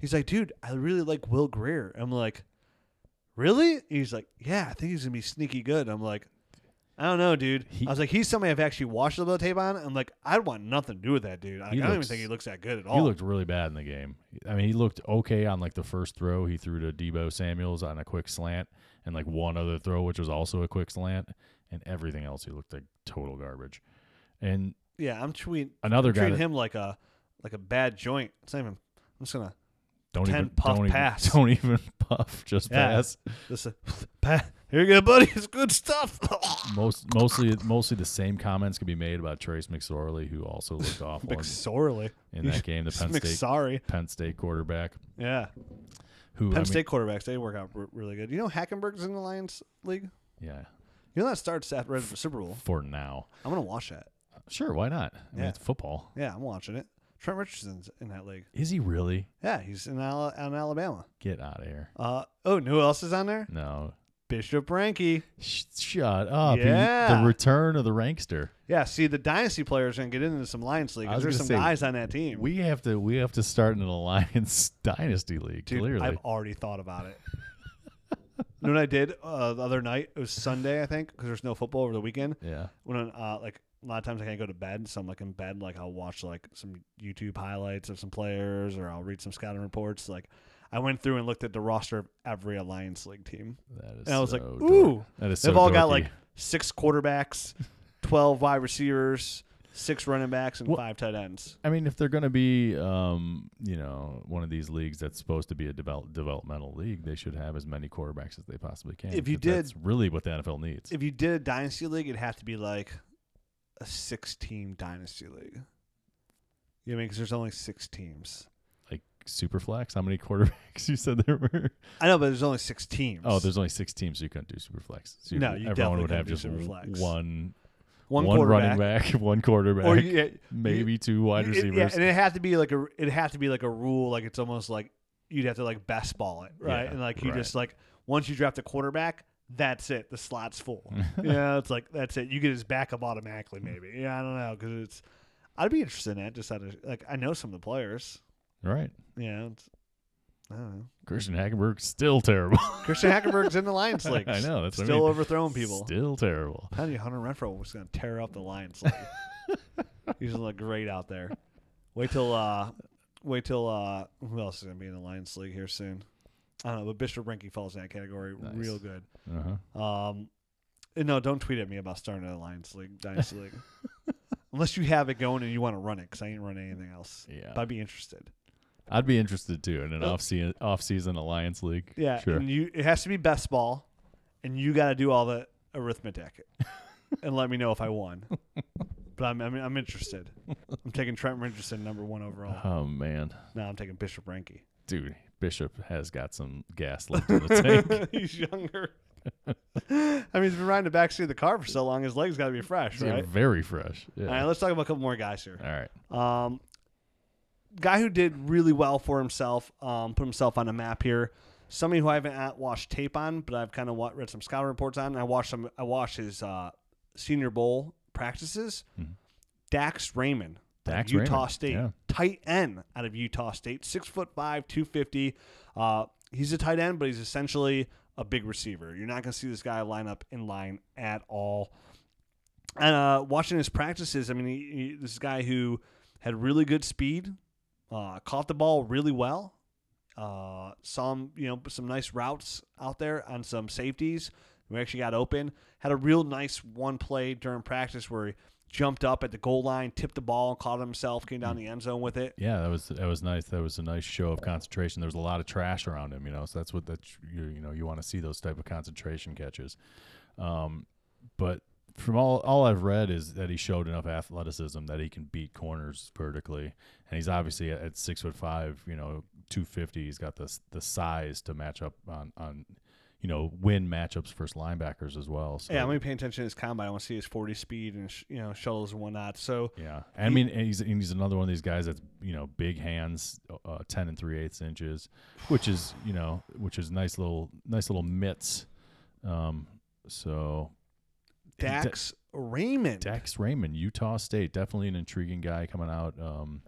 [SPEAKER 2] "He's like, dude, I really like Will Greer." I'm like, "Really?" He's like, "Yeah, I think he's gonna be sneaky good." I'm like. I don't know, dude.
[SPEAKER 3] He-
[SPEAKER 2] I was like, he's somebody I've actually watched a little tape on. I'm like, I'd want nothing to do with that dude. Like, I
[SPEAKER 3] He
[SPEAKER 2] don't even
[SPEAKER 3] looks-
[SPEAKER 2] think he looks that good at all.
[SPEAKER 3] He looked really bad in the game. I mean, he looked okay on like the first throw he threw to Debo Samuel's on a quick slant, and like one other throw which was also a quick slant, and everything else he looked like total garbage. And
[SPEAKER 2] yeah, I'm treating
[SPEAKER 3] another
[SPEAKER 2] I'm
[SPEAKER 3] guy
[SPEAKER 2] treating
[SPEAKER 3] that
[SPEAKER 2] him like a like a bad joint. It's not even. I'm just gonna
[SPEAKER 3] don't
[SPEAKER 2] 10
[SPEAKER 3] even
[SPEAKER 2] puff
[SPEAKER 3] don't even-
[SPEAKER 2] pass.
[SPEAKER 3] don't even puff, just
[SPEAKER 2] Yeah.
[SPEAKER 3] pass.
[SPEAKER 2] just a, pat. uh, Here you go, buddy. It's good stuff.
[SPEAKER 3] Most mostly mostly the same comments can be made about Trace McSorley, who also looked awful in,
[SPEAKER 2] McSorley
[SPEAKER 3] in that game. The Penn State
[SPEAKER 2] McSorry.
[SPEAKER 3] Penn State quarterback,
[SPEAKER 2] Yeah,
[SPEAKER 3] who I
[SPEAKER 2] Penn
[SPEAKER 3] mean-
[SPEAKER 2] State quarterbacks they work out r- really good. You know, Hackenberg's in the Lions league.
[SPEAKER 3] yeah,
[SPEAKER 2] You know that starts at Red Super Bowl.
[SPEAKER 3] for now.
[SPEAKER 2] I'm gonna watch that.
[SPEAKER 3] Sure, why not? I mean,
[SPEAKER 2] Yeah.
[SPEAKER 3] it's football.
[SPEAKER 2] Yeah, I'm watching it. Trent Richardson's in that league.
[SPEAKER 3] Is he really?
[SPEAKER 2] Yeah, he's in Al- in Alabama.
[SPEAKER 3] Get out of here.
[SPEAKER 2] Uh oh, and who else is on there?
[SPEAKER 3] No.
[SPEAKER 2] Bishop Ranky.
[SPEAKER 3] Sh- shut up. He-
[SPEAKER 2] Yeah.
[SPEAKER 3] the return of the rankster.
[SPEAKER 2] Yeah, see, the dynasty players gonna get into some alliance league.
[SPEAKER 3] I
[SPEAKER 2] 'cause
[SPEAKER 3] was
[SPEAKER 2] There's some
[SPEAKER 3] gonna say,
[SPEAKER 2] guys on that team.
[SPEAKER 3] We have to we have to start an alliance dynasty league,
[SPEAKER 2] Dude,
[SPEAKER 3] clearly.
[SPEAKER 2] I've already thought about it. you know what I did uh, the other night? It was Sunday, I think, because there's no football over the weekend.
[SPEAKER 3] yeah.
[SPEAKER 2] When uh, like a lot of times I can't go to bed, so I'm like in bed, like I'll watch like some YouTube highlights of some players, or I'll read some scouting reports. Like I went through and looked at the roster of every alliance league team.
[SPEAKER 3] That is
[SPEAKER 2] And I was like,
[SPEAKER 3] so
[SPEAKER 2] ooh,
[SPEAKER 3] dork. That is
[SPEAKER 2] They've
[SPEAKER 3] so
[SPEAKER 2] all got
[SPEAKER 3] dorky.
[SPEAKER 2] like six quarterbacks, twelve wide receivers, six running backs, and
[SPEAKER 3] Well-
[SPEAKER 2] five tight ends.
[SPEAKER 3] I mean, if they're going to be, um, you know, one of these leagues that's supposed to be a develop, developmental league, they should have as many quarterbacks as they possibly can.
[SPEAKER 2] If you
[SPEAKER 3] because that's
[SPEAKER 2] did-
[SPEAKER 3] really what the NFL needs.
[SPEAKER 2] If you did a dynasty league, it'd have to be like a six-team dynasty league. You know what I mean? Because there's only six teams.
[SPEAKER 3] like Superflex, how many quarterbacks you said there were?
[SPEAKER 2] I know, but there's only six teams.
[SPEAKER 3] Oh, there's only six teams, so you couldn't do Superflex. So
[SPEAKER 2] No, you
[SPEAKER 3] everyone
[SPEAKER 2] definitely
[SPEAKER 3] would have
[SPEAKER 2] couldn't do
[SPEAKER 3] just
[SPEAKER 2] Superflex.
[SPEAKER 3] one
[SPEAKER 2] one,
[SPEAKER 3] running
[SPEAKER 2] quarterback,
[SPEAKER 3] back, one quarterback,
[SPEAKER 2] or you, yeah,
[SPEAKER 3] maybe two wide
[SPEAKER 2] you- it-
[SPEAKER 3] receivers.
[SPEAKER 2] Yeah, and it have to be like a it have to be like a rule. Like it's almost like you'd have to like best ball it, right?
[SPEAKER 3] Yeah,
[SPEAKER 2] and like you
[SPEAKER 3] right.
[SPEAKER 2] just like once you draft a quarterback, that's it. The slot's full. yeah, it's like that's it. You get his backup automatically, maybe. Yeah, I don't know because it's. I'd be interested in that. Just out of like I know some of the players.
[SPEAKER 3] right.
[SPEAKER 2] Yeah, it's, I don't know.
[SPEAKER 3] Christian Hackenberg's still terrible.
[SPEAKER 2] Christian Hackenberg's in the Lions League.
[SPEAKER 3] I know, that's what I
[SPEAKER 2] still
[SPEAKER 3] mean.
[SPEAKER 2] overthrowing people.
[SPEAKER 3] Still terrible.
[SPEAKER 2] How do you Hunter Renfro was going to tear up the Lions League? He's going to look great out there. Wait till uh, wait till uh, who else is going to be in the Lions League here soon? I don't know, but Bishop Renke falls in that category
[SPEAKER 3] Nice.
[SPEAKER 2] real good.
[SPEAKER 3] Uh-huh.
[SPEAKER 2] Um, and no, don't tweet at me about starting an Alliance League, Dynasty League. Unless you have it going and you want to run it, because I ain't running anything else.
[SPEAKER 3] Yeah.
[SPEAKER 2] But I'd be interested.
[SPEAKER 3] I'd be interested too in an
[SPEAKER 2] Uh,
[SPEAKER 3] off season off season alliance league.
[SPEAKER 2] Yeah.
[SPEAKER 3] sure.
[SPEAKER 2] And you, it has to be best ball, and you got to do all the arithmetic, and let me know if I won. But I'm, I'm, I'm interested. I'm taking Trent Richardson number one overall.
[SPEAKER 3] Oh man,
[SPEAKER 2] No, I'm taking Bishop Renke.
[SPEAKER 3] dude, Bishop has got some gas left in the tank.
[SPEAKER 2] he's younger. I mean, he's been riding the backseat of the car for so long, his legs got to be fresh,
[SPEAKER 3] Yeah,
[SPEAKER 2] right?
[SPEAKER 3] Very fresh. Yeah.
[SPEAKER 2] All right, let's talk about a couple more guys here.
[SPEAKER 3] All right.
[SPEAKER 2] Um, guy who did really well for himself, um, put himself on a map here. Somebody who I haven't at- watched tape on, but I've kind of wa- read some scout reports on. and I watched some. I watched his uh, Senior Bowl practices. Dax Raymond, out of
[SPEAKER 3] Mm-hmm. Dax
[SPEAKER 2] Utah
[SPEAKER 3] Raymond,
[SPEAKER 2] State,
[SPEAKER 3] yeah.
[SPEAKER 2] tight end out of Utah State, six foot five, two fifty. Uh, he's a tight end, but he's essentially a big receiver. You're not going to see this guy line up in line at all and uh, watching his practices, I mean, he, he, this guy who had really good speed, uh, caught the ball really well, uh, some you know some nice routes out there on some safeties. We actually got open. Had a real nice one play during practice where he jumped up at the goal line, tipped the ball, and caught himself, came down the end zone with it.
[SPEAKER 3] Yeah, that was that was nice. That was a nice show of concentration. There was a lot of trash around him, you know. So that's what that you you know you want to see those type of concentration catches. Um, but from all all I've read is that he showed enough athleticism that he can beat corners vertically, and he's obviously at, at six foot five, you know, two fifty. He's got the s- the size to match up on on you know win matchups versus linebackers as well. So
[SPEAKER 2] Yeah, I'm gonna be paying attention to his combine. I want to see his 40 speed and sh- you know shuttles and whatnot. So
[SPEAKER 3] Yeah, I mean, and he's and he's another one of these guys that's you know big hands, uh, ten and three eighths inches, which is you know which is nice little nice little mitts. Um, so Da-
[SPEAKER 2] Dax Raymond,
[SPEAKER 3] Dax Raymond, Utah State, definitely an intriguing guy coming out um,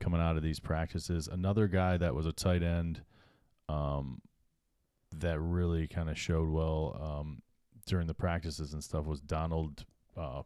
[SPEAKER 3] coming out of these practices. Another guy that was a tight end um, that really kind of showed well um, during the practices and stuff was Donald uh,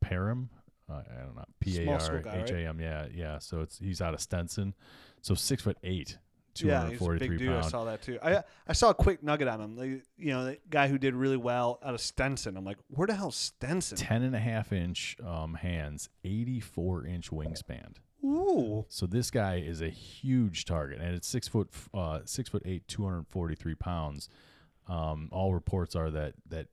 [SPEAKER 3] Parham. Uh, I don't know P A
[SPEAKER 2] Small school
[SPEAKER 3] R
[SPEAKER 2] guy, right?
[SPEAKER 3] H A M. Yeah, yeah. So it's he's out of Stenson, so six foot eight, two
[SPEAKER 2] Yeah,
[SPEAKER 3] hundred
[SPEAKER 2] he's a
[SPEAKER 3] forty
[SPEAKER 2] big
[SPEAKER 3] three
[SPEAKER 2] dude. I
[SPEAKER 3] pounds.
[SPEAKER 2] saw that too. I I saw a quick nugget on him. Like, you know, the guy who did really well out of Stenson. I'm like, where the hell Stenson?
[SPEAKER 3] Ten and a half inch um, hands, eighty four inch wingspan.
[SPEAKER 2] Ooh,
[SPEAKER 3] So this guy is a huge target, and it's six foot, uh, six foot eight, two hundred forty three pounds. Um, all reports are that that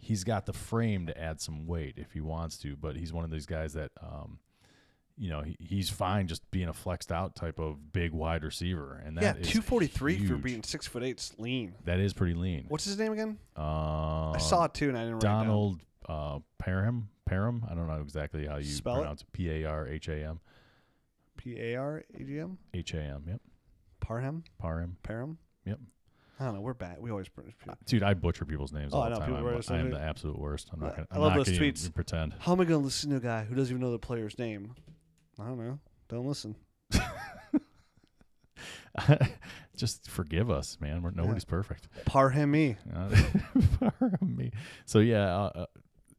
[SPEAKER 3] he's got the frame to add some weight if he wants to, but he's one of these guys that, um, you know, he, he's fine just being a flexed out type of big wide receiver, and
[SPEAKER 2] yeah,
[SPEAKER 3] that is
[SPEAKER 2] two forty three for
[SPEAKER 3] huge.
[SPEAKER 2] being six foot eight. It's lean.
[SPEAKER 3] that is pretty lean.
[SPEAKER 2] What's his name again?
[SPEAKER 3] Uh,
[SPEAKER 2] I saw it too, and I didn't write it down.
[SPEAKER 3] Donald uh, Parham. Parham. I don't know exactly how you
[SPEAKER 2] Spell it?
[SPEAKER 3] pronounce it. P A R H A M.
[SPEAKER 2] P A R A G M
[SPEAKER 3] H A M. Yep.
[SPEAKER 2] Parham
[SPEAKER 3] Parham.
[SPEAKER 2] Parham.
[SPEAKER 3] Yep.
[SPEAKER 2] I don't know. We're bad. We always.
[SPEAKER 3] Dude, I butcher people's names
[SPEAKER 2] Oh,
[SPEAKER 3] all
[SPEAKER 2] I
[SPEAKER 3] the
[SPEAKER 2] know,
[SPEAKER 3] time.
[SPEAKER 2] people
[SPEAKER 3] I'm,
[SPEAKER 2] write
[SPEAKER 3] I
[SPEAKER 2] us
[SPEAKER 3] am
[SPEAKER 2] everything.
[SPEAKER 3] the absolute worst. I'm not
[SPEAKER 2] I
[SPEAKER 3] gonna.
[SPEAKER 2] I
[SPEAKER 3] I'm
[SPEAKER 2] love
[SPEAKER 3] not
[SPEAKER 2] those
[SPEAKER 3] gonna even
[SPEAKER 2] tweets.
[SPEAKER 3] pretend.
[SPEAKER 2] How am I gonna listen to a guy who doesn't even know the player's name? I don't know. Don't listen.
[SPEAKER 3] Just forgive us, man. We're, nobody's perfect.
[SPEAKER 2] Parham me.
[SPEAKER 3] Uh, far from me. So yeah, uh, uh,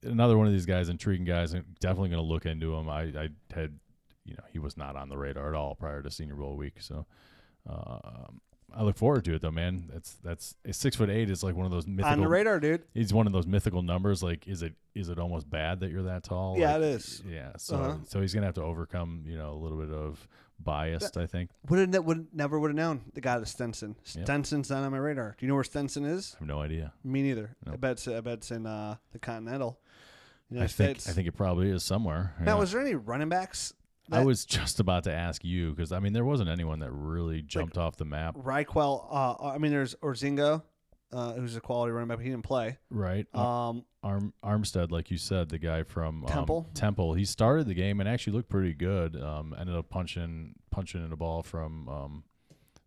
[SPEAKER 3] another one of these guys, intriguing guys. I'm definitely going to look into him. I, I had, you know, he was not on the radar at all prior to Senior Bowl week. So um, I look forward to it though, man. That's that's a six foot eight is like one of those mythical.
[SPEAKER 2] On the radar, dude.
[SPEAKER 3] It's one of those mythical numbers. Like, is it is it almost bad that you're that tall?
[SPEAKER 2] Yeah,
[SPEAKER 3] Like,
[SPEAKER 2] it is.
[SPEAKER 3] Yeah, so
[SPEAKER 2] Uh-huh.
[SPEAKER 3] so he's gonna have to overcome, you know, a little bit of biased, I think.
[SPEAKER 2] Would have ne- would never would have known the guy to Stenson. Stenson's not on my radar. Do you know where Stenson is?
[SPEAKER 3] I have no idea.
[SPEAKER 2] Me neither. I bet it's, I bet it's in uh, the Continental. United
[SPEAKER 3] I think
[SPEAKER 2] States.
[SPEAKER 3] I think it probably is somewhere.
[SPEAKER 2] Now,
[SPEAKER 3] yeah.
[SPEAKER 2] was there any running backs?
[SPEAKER 3] I
[SPEAKER 2] that-
[SPEAKER 3] was just about to ask you because I mean there wasn't anyone that really jumped off the map,
[SPEAKER 2] Ryquel. Uh, I mean, there's Orzingo, uh, who's a quality running back. but He didn't play.
[SPEAKER 3] right? Ar-
[SPEAKER 2] Um,
[SPEAKER 3] Arm Armstead, like you said, the guy from um,
[SPEAKER 2] Temple.
[SPEAKER 3] Temple. He started the game and actually looked pretty good. Um, ended up punching punching in a ball from um,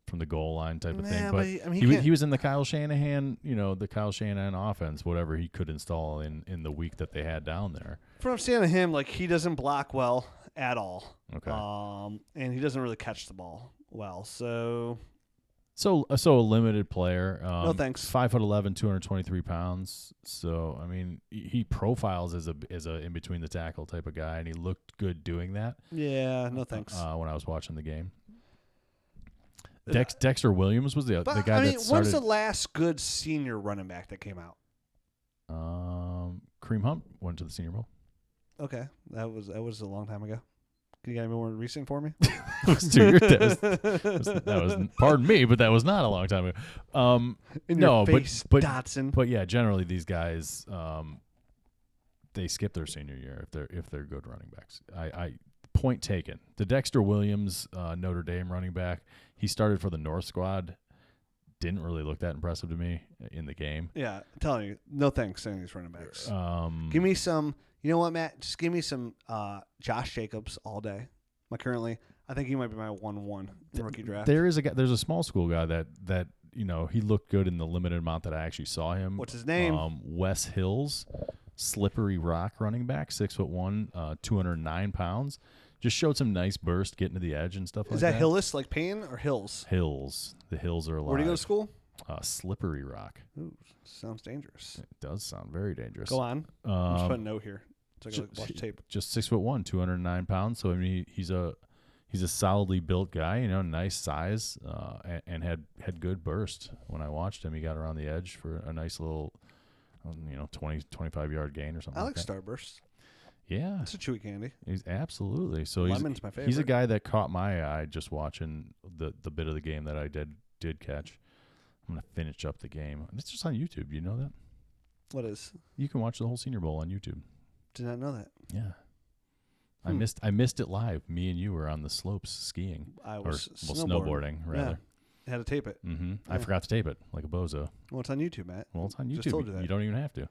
[SPEAKER 3] from the goal line type of thing.
[SPEAKER 2] Nah,
[SPEAKER 3] But,
[SPEAKER 2] but he- I mean, he
[SPEAKER 3] he, wa-
[SPEAKER 2] can't-
[SPEAKER 3] he was in the Kyle Shanahan, you know, the Kyle Shanahan offense, whatever he could install in in the week that they had down there.
[SPEAKER 2] from seeing him, like he doesn't block well at all.
[SPEAKER 3] Okay.
[SPEAKER 2] Um, and he doesn't really catch the ball well. So
[SPEAKER 3] So uh, so a limited player. Um,
[SPEAKER 2] thanks.
[SPEAKER 3] Five foot eleven, two hundred twenty three pounds. So I mean, he he profiles as a as a in between the tackle type of guy, and he looked good doing that.
[SPEAKER 2] Yeah, no thanks. Uh,
[SPEAKER 3] Uh, when I was watching the game, Dex, Dexter Williams was the the guy
[SPEAKER 2] I mean,
[SPEAKER 3] that
[SPEAKER 2] when's
[SPEAKER 3] started.
[SPEAKER 2] the last good senior running back that came out?
[SPEAKER 3] um, Cream Hump went to the Senior Bowl.
[SPEAKER 2] Okay, that was that was a long time ago. Can you get any more recent for me?
[SPEAKER 3] That was two years- that was- that was- that was- pardon me, but that was not a long time ago. Um,
[SPEAKER 2] In your
[SPEAKER 3] no,
[SPEAKER 2] face,
[SPEAKER 3] but but
[SPEAKER 2] Dotson.
[SPEAKER 3] but yeah, generally these guys, um, they skip their senior year if they're if they're good running backs. I, I point taken. The Dexter Williams uh, Notre Dame running back, he started for the North squad. Didn't really look that impressive to me in the game.
[SPEAKER 2] yeah, I'm telling you, no thanks to any of these running backs.
[SPEAKER 3] Um,
[SPEAKER 2] give me some. You know what, Matt? Just give me some uh, Josh Jacobs all day. Like currently, I think he might be my one-one rookie draft.
[SPEAKER 3] there is a guy. There's a small school guy that that you know he looked good in the limited amount that I actually saw him.
[SPEAKER 2] What's his name?
[SPEAKER 3] Um, Wes Hills, slippery rock running back, six foot one, uh, two hundred nine pounds. Just showed some nice burst getting to the edge and stuff like
[SPEAKER 2] Is
[SPEAKER 3] that.
[SPEAKER 2] that Hillis like Payne or Hills?
[SPEAKER 3] Hills. The hills are alive.
[SPEAKER 2] Where do you go to school?
[SPEAKER 3] Uh, slippery rock.
[SPEAKER 2] Ooh, sounds dangerous.
[SPEAKER 3] It does sound very dangerous.
[SPEAKER 2] Go on. I'm just
[SPEAKER 3] Um,
[SPEAKER 2] putting no here. So I can
[SPEAKER 3] ju-
[SPEAKER 2] watch tape.
[SPEAKER 3] just six foot one, two hundred nine pounds. So I mean, he- he's a he's a solidly built guy. You know, nice size, uh, and, and had had good burst. When I watched him, he got around the edge for a nice little, um, you know, 20, 25 yard gain or something.
[SPEAKER 2] I
[SPEAKER 3] like
[SPEAKER 2] like
[SPEAKER 3] that.
[SPEAKER 2] Starburst.
[SPEAKER 3] Yeah,
[SPEAKER 2] It's a chewy candy.
[SPEAKER 3] he's absolutely. So he's
[SPEAKER 2] Lemon's my favorite.
[SPEAKER 3] he's a guy that caught my eye just watching the the bit of the game that I did did catch. I'm gonna finish up the game. It's just on YouTube. You know that
[SPEAKER 2] What is?
[SPEAKER 3] you can watch the whole Senior Bowl on YouTube.
[SPEAKER 2] Did not know that.
[SPEAKER 3] Yeah. I
[SPEAKER 2] Hmm.
[SPEAKER 3] missed I missed it live. Me and you were on the slopes skiing
[SPEAKER 2] I
[SPEAKER 3] or
[SPEAKER 2] was
[SPEAKER 3] well,
[SPEAKER 2] snowboarding.
[SPEAKER 3] snowboarding rather.
[SPEAKER 2] I had to tape it.
[SPEAKER 3] hmm
[SPEAKER 2] Yeah.
[SPEAKER 3] I forgot to tape it like a bozo.
[SPEAKER 2] Well, it's on YouTube, Matt.
[SPEAKER 3] Well, it's on
[SPEAKER 2] Just
[SPEAKER 3] YouTube.
[SPEAKER 2] told you
[SPEAKER 3] you,
[SPEAKER 2] that.
[SPEAKER 3] don't even have to.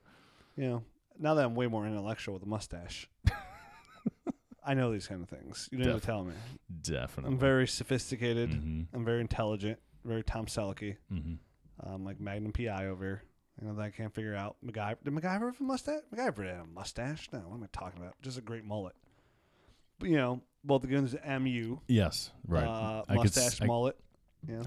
[SPEAKER 2] You know, now that I'm way more intellectual with a mustache, I know these kind of things. You didn't have to tell me.
[SPEAKER 3] Definitely.
[SPEAKER 2] I'm very sophisticated.
[SPEAKER 3] Mhm.
[SPEAKER 2] I'm very intelligent. Very Tom Selleck.
[SPEAKER 3] Mhm.
[SPEAKER 2] Um, like Magnum PI over here. You know that I can't figure out. MacGyver did MacGyver have a mustache? MacGyver had a mustache. No, what am I talking about? Just a great mullet. But you know, both the goons MU
[SPEAKER 3] Yes, right.
[SPEAKER 2] uh,
[SPEAKER 3] I could s-
[SPEAKER 2] mustache
[SPEAKER 3] I-
[SPEAKER 2] mullet.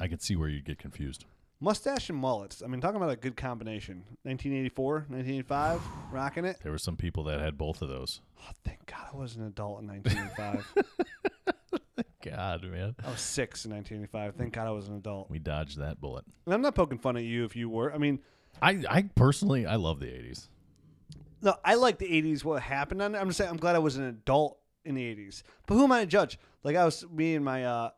[SPEAKER 3] I could see where you'd get confused.
[SPEAKER 2] Mustache and mullets. I mean, talking about a good combination. 1984, 1985, rocking it.
[SPEAKER 3] There were some people that had both of those.
[SPEAKER 2] Oh, thank God I was an adult in 1985.
[SPEAKER 3] God, man.
[SPEAKER 2] I was six in 1985. Thank God I was an adult.
[SPEAKER 3] We dodged that bullet.
[SPEAKER 2] And I'm not poking fun at you if you were. I mean,
[SPEAKER 3] I, I personally I love the 80s.
[SPEAKER 2] no, I like the 80s, what happened on it. I'm just saying, I'm glad I was an adult in the 80s. But who am I to judge? Like, I was, me and my uh,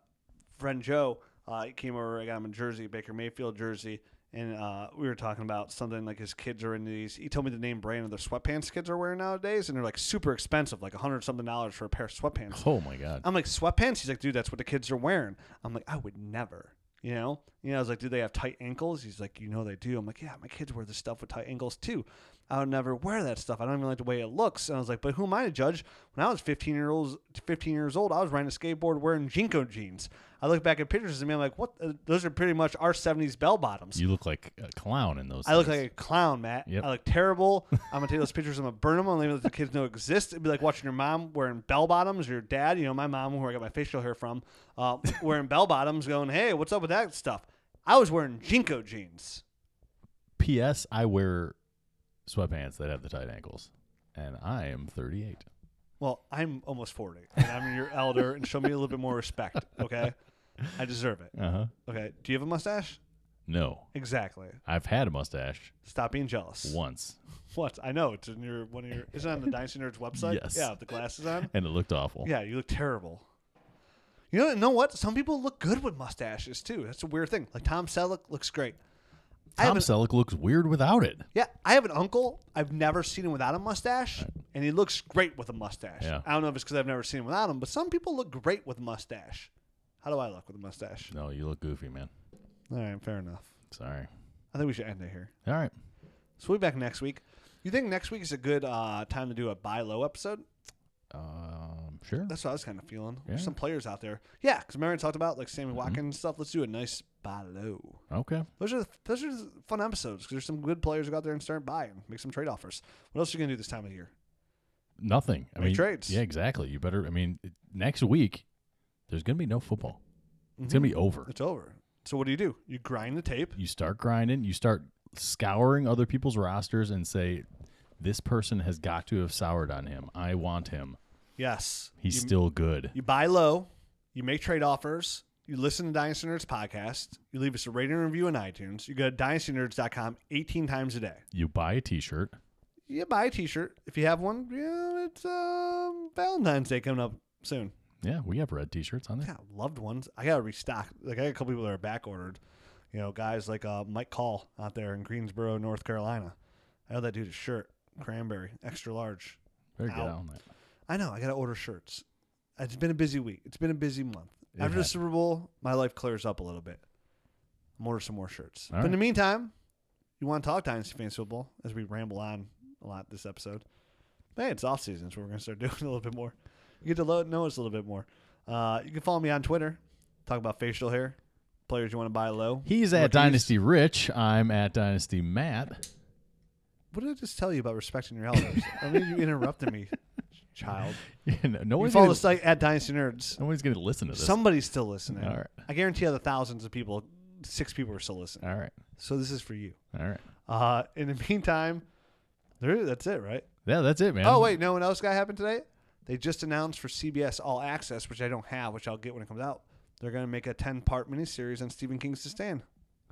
[SPEAKER 2] friend Joe uh, he came over. I got him a jersey, Baker Mayfield jersey. And uh, we were talking about something like his kids are in these. He told me the name brand of their sweatpants kids are wearing nowadays, and they're like super expensive, like a hundred something dollars for a pair of sweatpants.
[SPEAKER 3] Oh my god.
[SPEAKER 2] I'm like sweatpants. He's like, dude, that's what the kids are wearing. I'm like, I would never. You know, you know, I was like, do they have tight ankles? He's like, you know, they do. I'm like, yeah, my kids wear this stuff with tight ankles too. I would never wear that stuff. I don't even like the way it looks. And I was like, but who am I to judge? When I was 15 years old, 15 years old, I was riding a skateboard wearing Jinko jeans. I look back at pictures of me. I'm like, what? Uh, those are pretty much our 70s bell bottoms.
[SPEAKER 3] You look like a clown in those.
[SPEAKER 2] I look
[SPEAKER 3] things.
[SPEAKER 2] like a clown, Matt.
[SPEAKER 3] Yep.
[SPEAKER 2] I look terrible. I'm gonna take those pictures. I'm gonna burn them. I'm gonna let the kids know exist. It'd be like watching your mom wearing bell bottoms. Your dad, you know, my mom, where I got my facial hair from, uh, wearing bell bottoms, going, "Hey, what's up with that stuff?" I was wearing Jinko jeans.
[SPEAKER 3] P.S. I wear sweatpants that have the tight ankles, and I am 38.
[SPEAKER 2] Well, I'm almost forty, and I'm your elder, and show me a little bit more respect, okay? I deserve it.
[SPEAKER 3] Uh huh.
[SPEAKER 2] Okay. Do you have a mustache?
[SPEAKER 3] No,
[SPEAKER 2] Exactly.
[SPEAKER 3] I've had a mustache
[SPEAKER 2] Stop being jealous.
[SPEAKER 3] once,
[SPEAKER 2] What? I know it's in your one of your. Is it on the Dynasty Nerds website?
[SPEAKER 3] Yes.
[SPEAKER 2] Yeah, with the glasses on.
[SPEAKER 3] and it looked awful.
[SPEAKER 2] Yeah, you look terrible. You know, you know what? Some people look good with mustaches too. That's a weird thing. Like Tom Selleck looks great. I have
[SPEAKER 3] Tom
[SPEAKER 2] an,
[SPEAKER 3] Selleck looks weird without it.
[SPEAKER 2] yeah, I have an uncle. I've never seen him without a mustache, and he looks great with a mustache.
[SPEAKER 3] Yeah.
[SPEAKER 2] I don't know if it's because I've never seen him without him, but some people look great with a mustache. How do I look with a mustache?
[SPEAKER 3] No, you look goofy, man.
[SPEAKER 2] All right, fair enough.
[SPEAKER 3] Sorry.
[SPEAKER 2] I think we should end it here.
[SPEAKER 3] All right.
[SPEAKER 2] So we'll be back next week. You think next week is a good uh, time to do a buy low episode?
[SPEAKER 3] Um, sure.
[SPEAKER 2] That's what I was kind of feeling.
[SPEAKER 3] Yeah. Mm-hmm.
[SPEAKER 2] There's some players out there. Yeah, because remember I talked about like Sammy Watkins and stuff. Let's do a nice buy low.
[SPEAKER 3] Okay.
[SPEAKER 2] Those are those are fun episodes because there's some good players who go out there and start buying, make some trade offers. What else are you gonna do this time of year?
[SPEAKER 3] Nothing. I
[SPEAKER 2] Make
[SPEAKER 3] mean,
[SPEAKER 2] trades.
[SPEAKER 3] yeah, exactly. You
[SPEAKER 2] Mm-hmm.
[SPEAKER 3] better. I mean, it- next week there's gonna be no football. It's gonna be over.
[SPEAKER 2] It's over. So what do you do? You grind the tape.
[SPEAKER 3] You start grinding. You start scouring other people's rosters and say, this person has got to have soured on him. I want him.
[SPEAKER 2] Yes.
[SPEAKER 3] He's
[SPEAKER 2] you,
[SPEAKER 3] still good.
[SPEAKER 2] You buy low. You make trade offers. You listen to Dynasty Nerds podcast. You leave us a rating and review on iTunes. You go to dynastynerds.com 18 times a day.
[SPEAKER 3] You buy a T-shirt.
[SPEAKER 2] You buy a T-shirt if you have one. Yeah, it's um, Valentine's Day coming up soon.
[SPEAKER 3] Yeah, we have red T-shirts on there.
[SPEAKER 2] Yeah, loved ones. I gotta restock. Like I got a couple people that are back ordered. You know, guys like uh, Mike Call out there in Greensboro, North Carolina. I know that dude a shirt, cranberry, extra large.
[SPEAKER 3] Very good
[SPEAKER 2] Ow.
[SPEAKER 3] on that.
[SPEAKER 2] I know. I gotta order shirts. It's been a busy week. It's been a busy month.
[SPEAKER 3] It
[SPEAKER 2] After the
[SPEAKER 3] has.
[SPEAKER 2] Super Bowl, my life clears up a little bit. I'm order some more shirts.
[SPEAKER 3] All
[SPEAKER 2] but in the meantime, you want to talk Dynasty Fantasy Football as we ramble on a lot this episode. But hey, it's off season, so we're gonna start doing a little bit more. You get to lo- know us a little bit more. Uh, you can follow me on Twitter. Talk about facial hair, players you want to buy low.
[SPEAKER 3] He's at
[SPEAKER 2] Rookies.
[SPEAKER 3] Dynasty Rich. I'm at Dynasty Matt.
[SPEAKER 2] What did I just tell you about respecting your elders? I mean, you interrupted me, child.
[SPEAKER 3] no, no
[SPEAKER 2] You
[SPEAKER 3] one's
[SPEAKER 2] follow
[SPEAKER 3] gonna,
[SPEAKER 2] the site at Dynasty Nerds.
[SPEAKER 3] no one's gonna listen to this.
[SPEAKER 2] Somebody's still listening.
[SPEAKER 3] All right.
[SPEAKER 2] I guarantee other thousands of people, six people are still listening.
[SPEAKER 3] All right.
[SPEAKER 2] So this is for you.
[SPEAKER 3] All right.
[SPEAKER 2] Uh, in the meantime, there, that's it, right?
[SPEAKER 3] Yeah, that's it, man.
[SPEAKER 2] Oh wait, no one else got happened today. They just announced for CBS All Access, which I don't have, which I'll get when it comes out. They're going to make a ten-part miniseries on Stephen King's *To Stand*,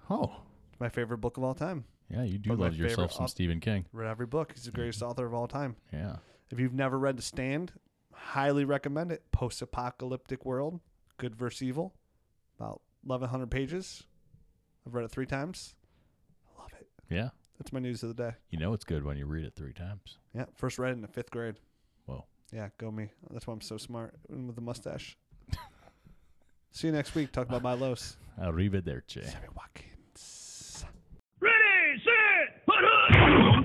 [SPEAKER 3] Oh.
[SPEAKER 2] my favorite book of all time.
[SPEAKER 3] Yeah, you do
[SPEAKER 2] But my
[SPEAKER 3] love yourself
[SPEAKER 2] favorite
[SPEAKER 3] some
[SPEAKER 2] op-
[SPEAKER 3] Stephen King.
[SPEAKER 2] Read every book. He's the greatest author of all time.
[SPEAKER 3] Yeah.
[SPEAKER 2] If you've never read *The Stand*, highly recommend it. Post-apocalyptic world, good versus evil, about 1,100 pages. I've read it three times. I love it.
[SPEAKER 3] Yeah.
[SPEAKER 2] That's my news of the day.
[SPEAKER 3] You know it's good when you read it three times.
[SPEAKER 2] Yeah, first read in the fifth grade.
[SPEAKER 3] Whoa.
[SPEAKER 2] Yeah, go me. That's why I'm so smart and with the mustache. See you next week. Talk about my lows.
[SPEAKER 3] Arrivederci.
[SPEAKER 2] Sammy Watkins.
[SPEAKER 1] Ready, set, put up!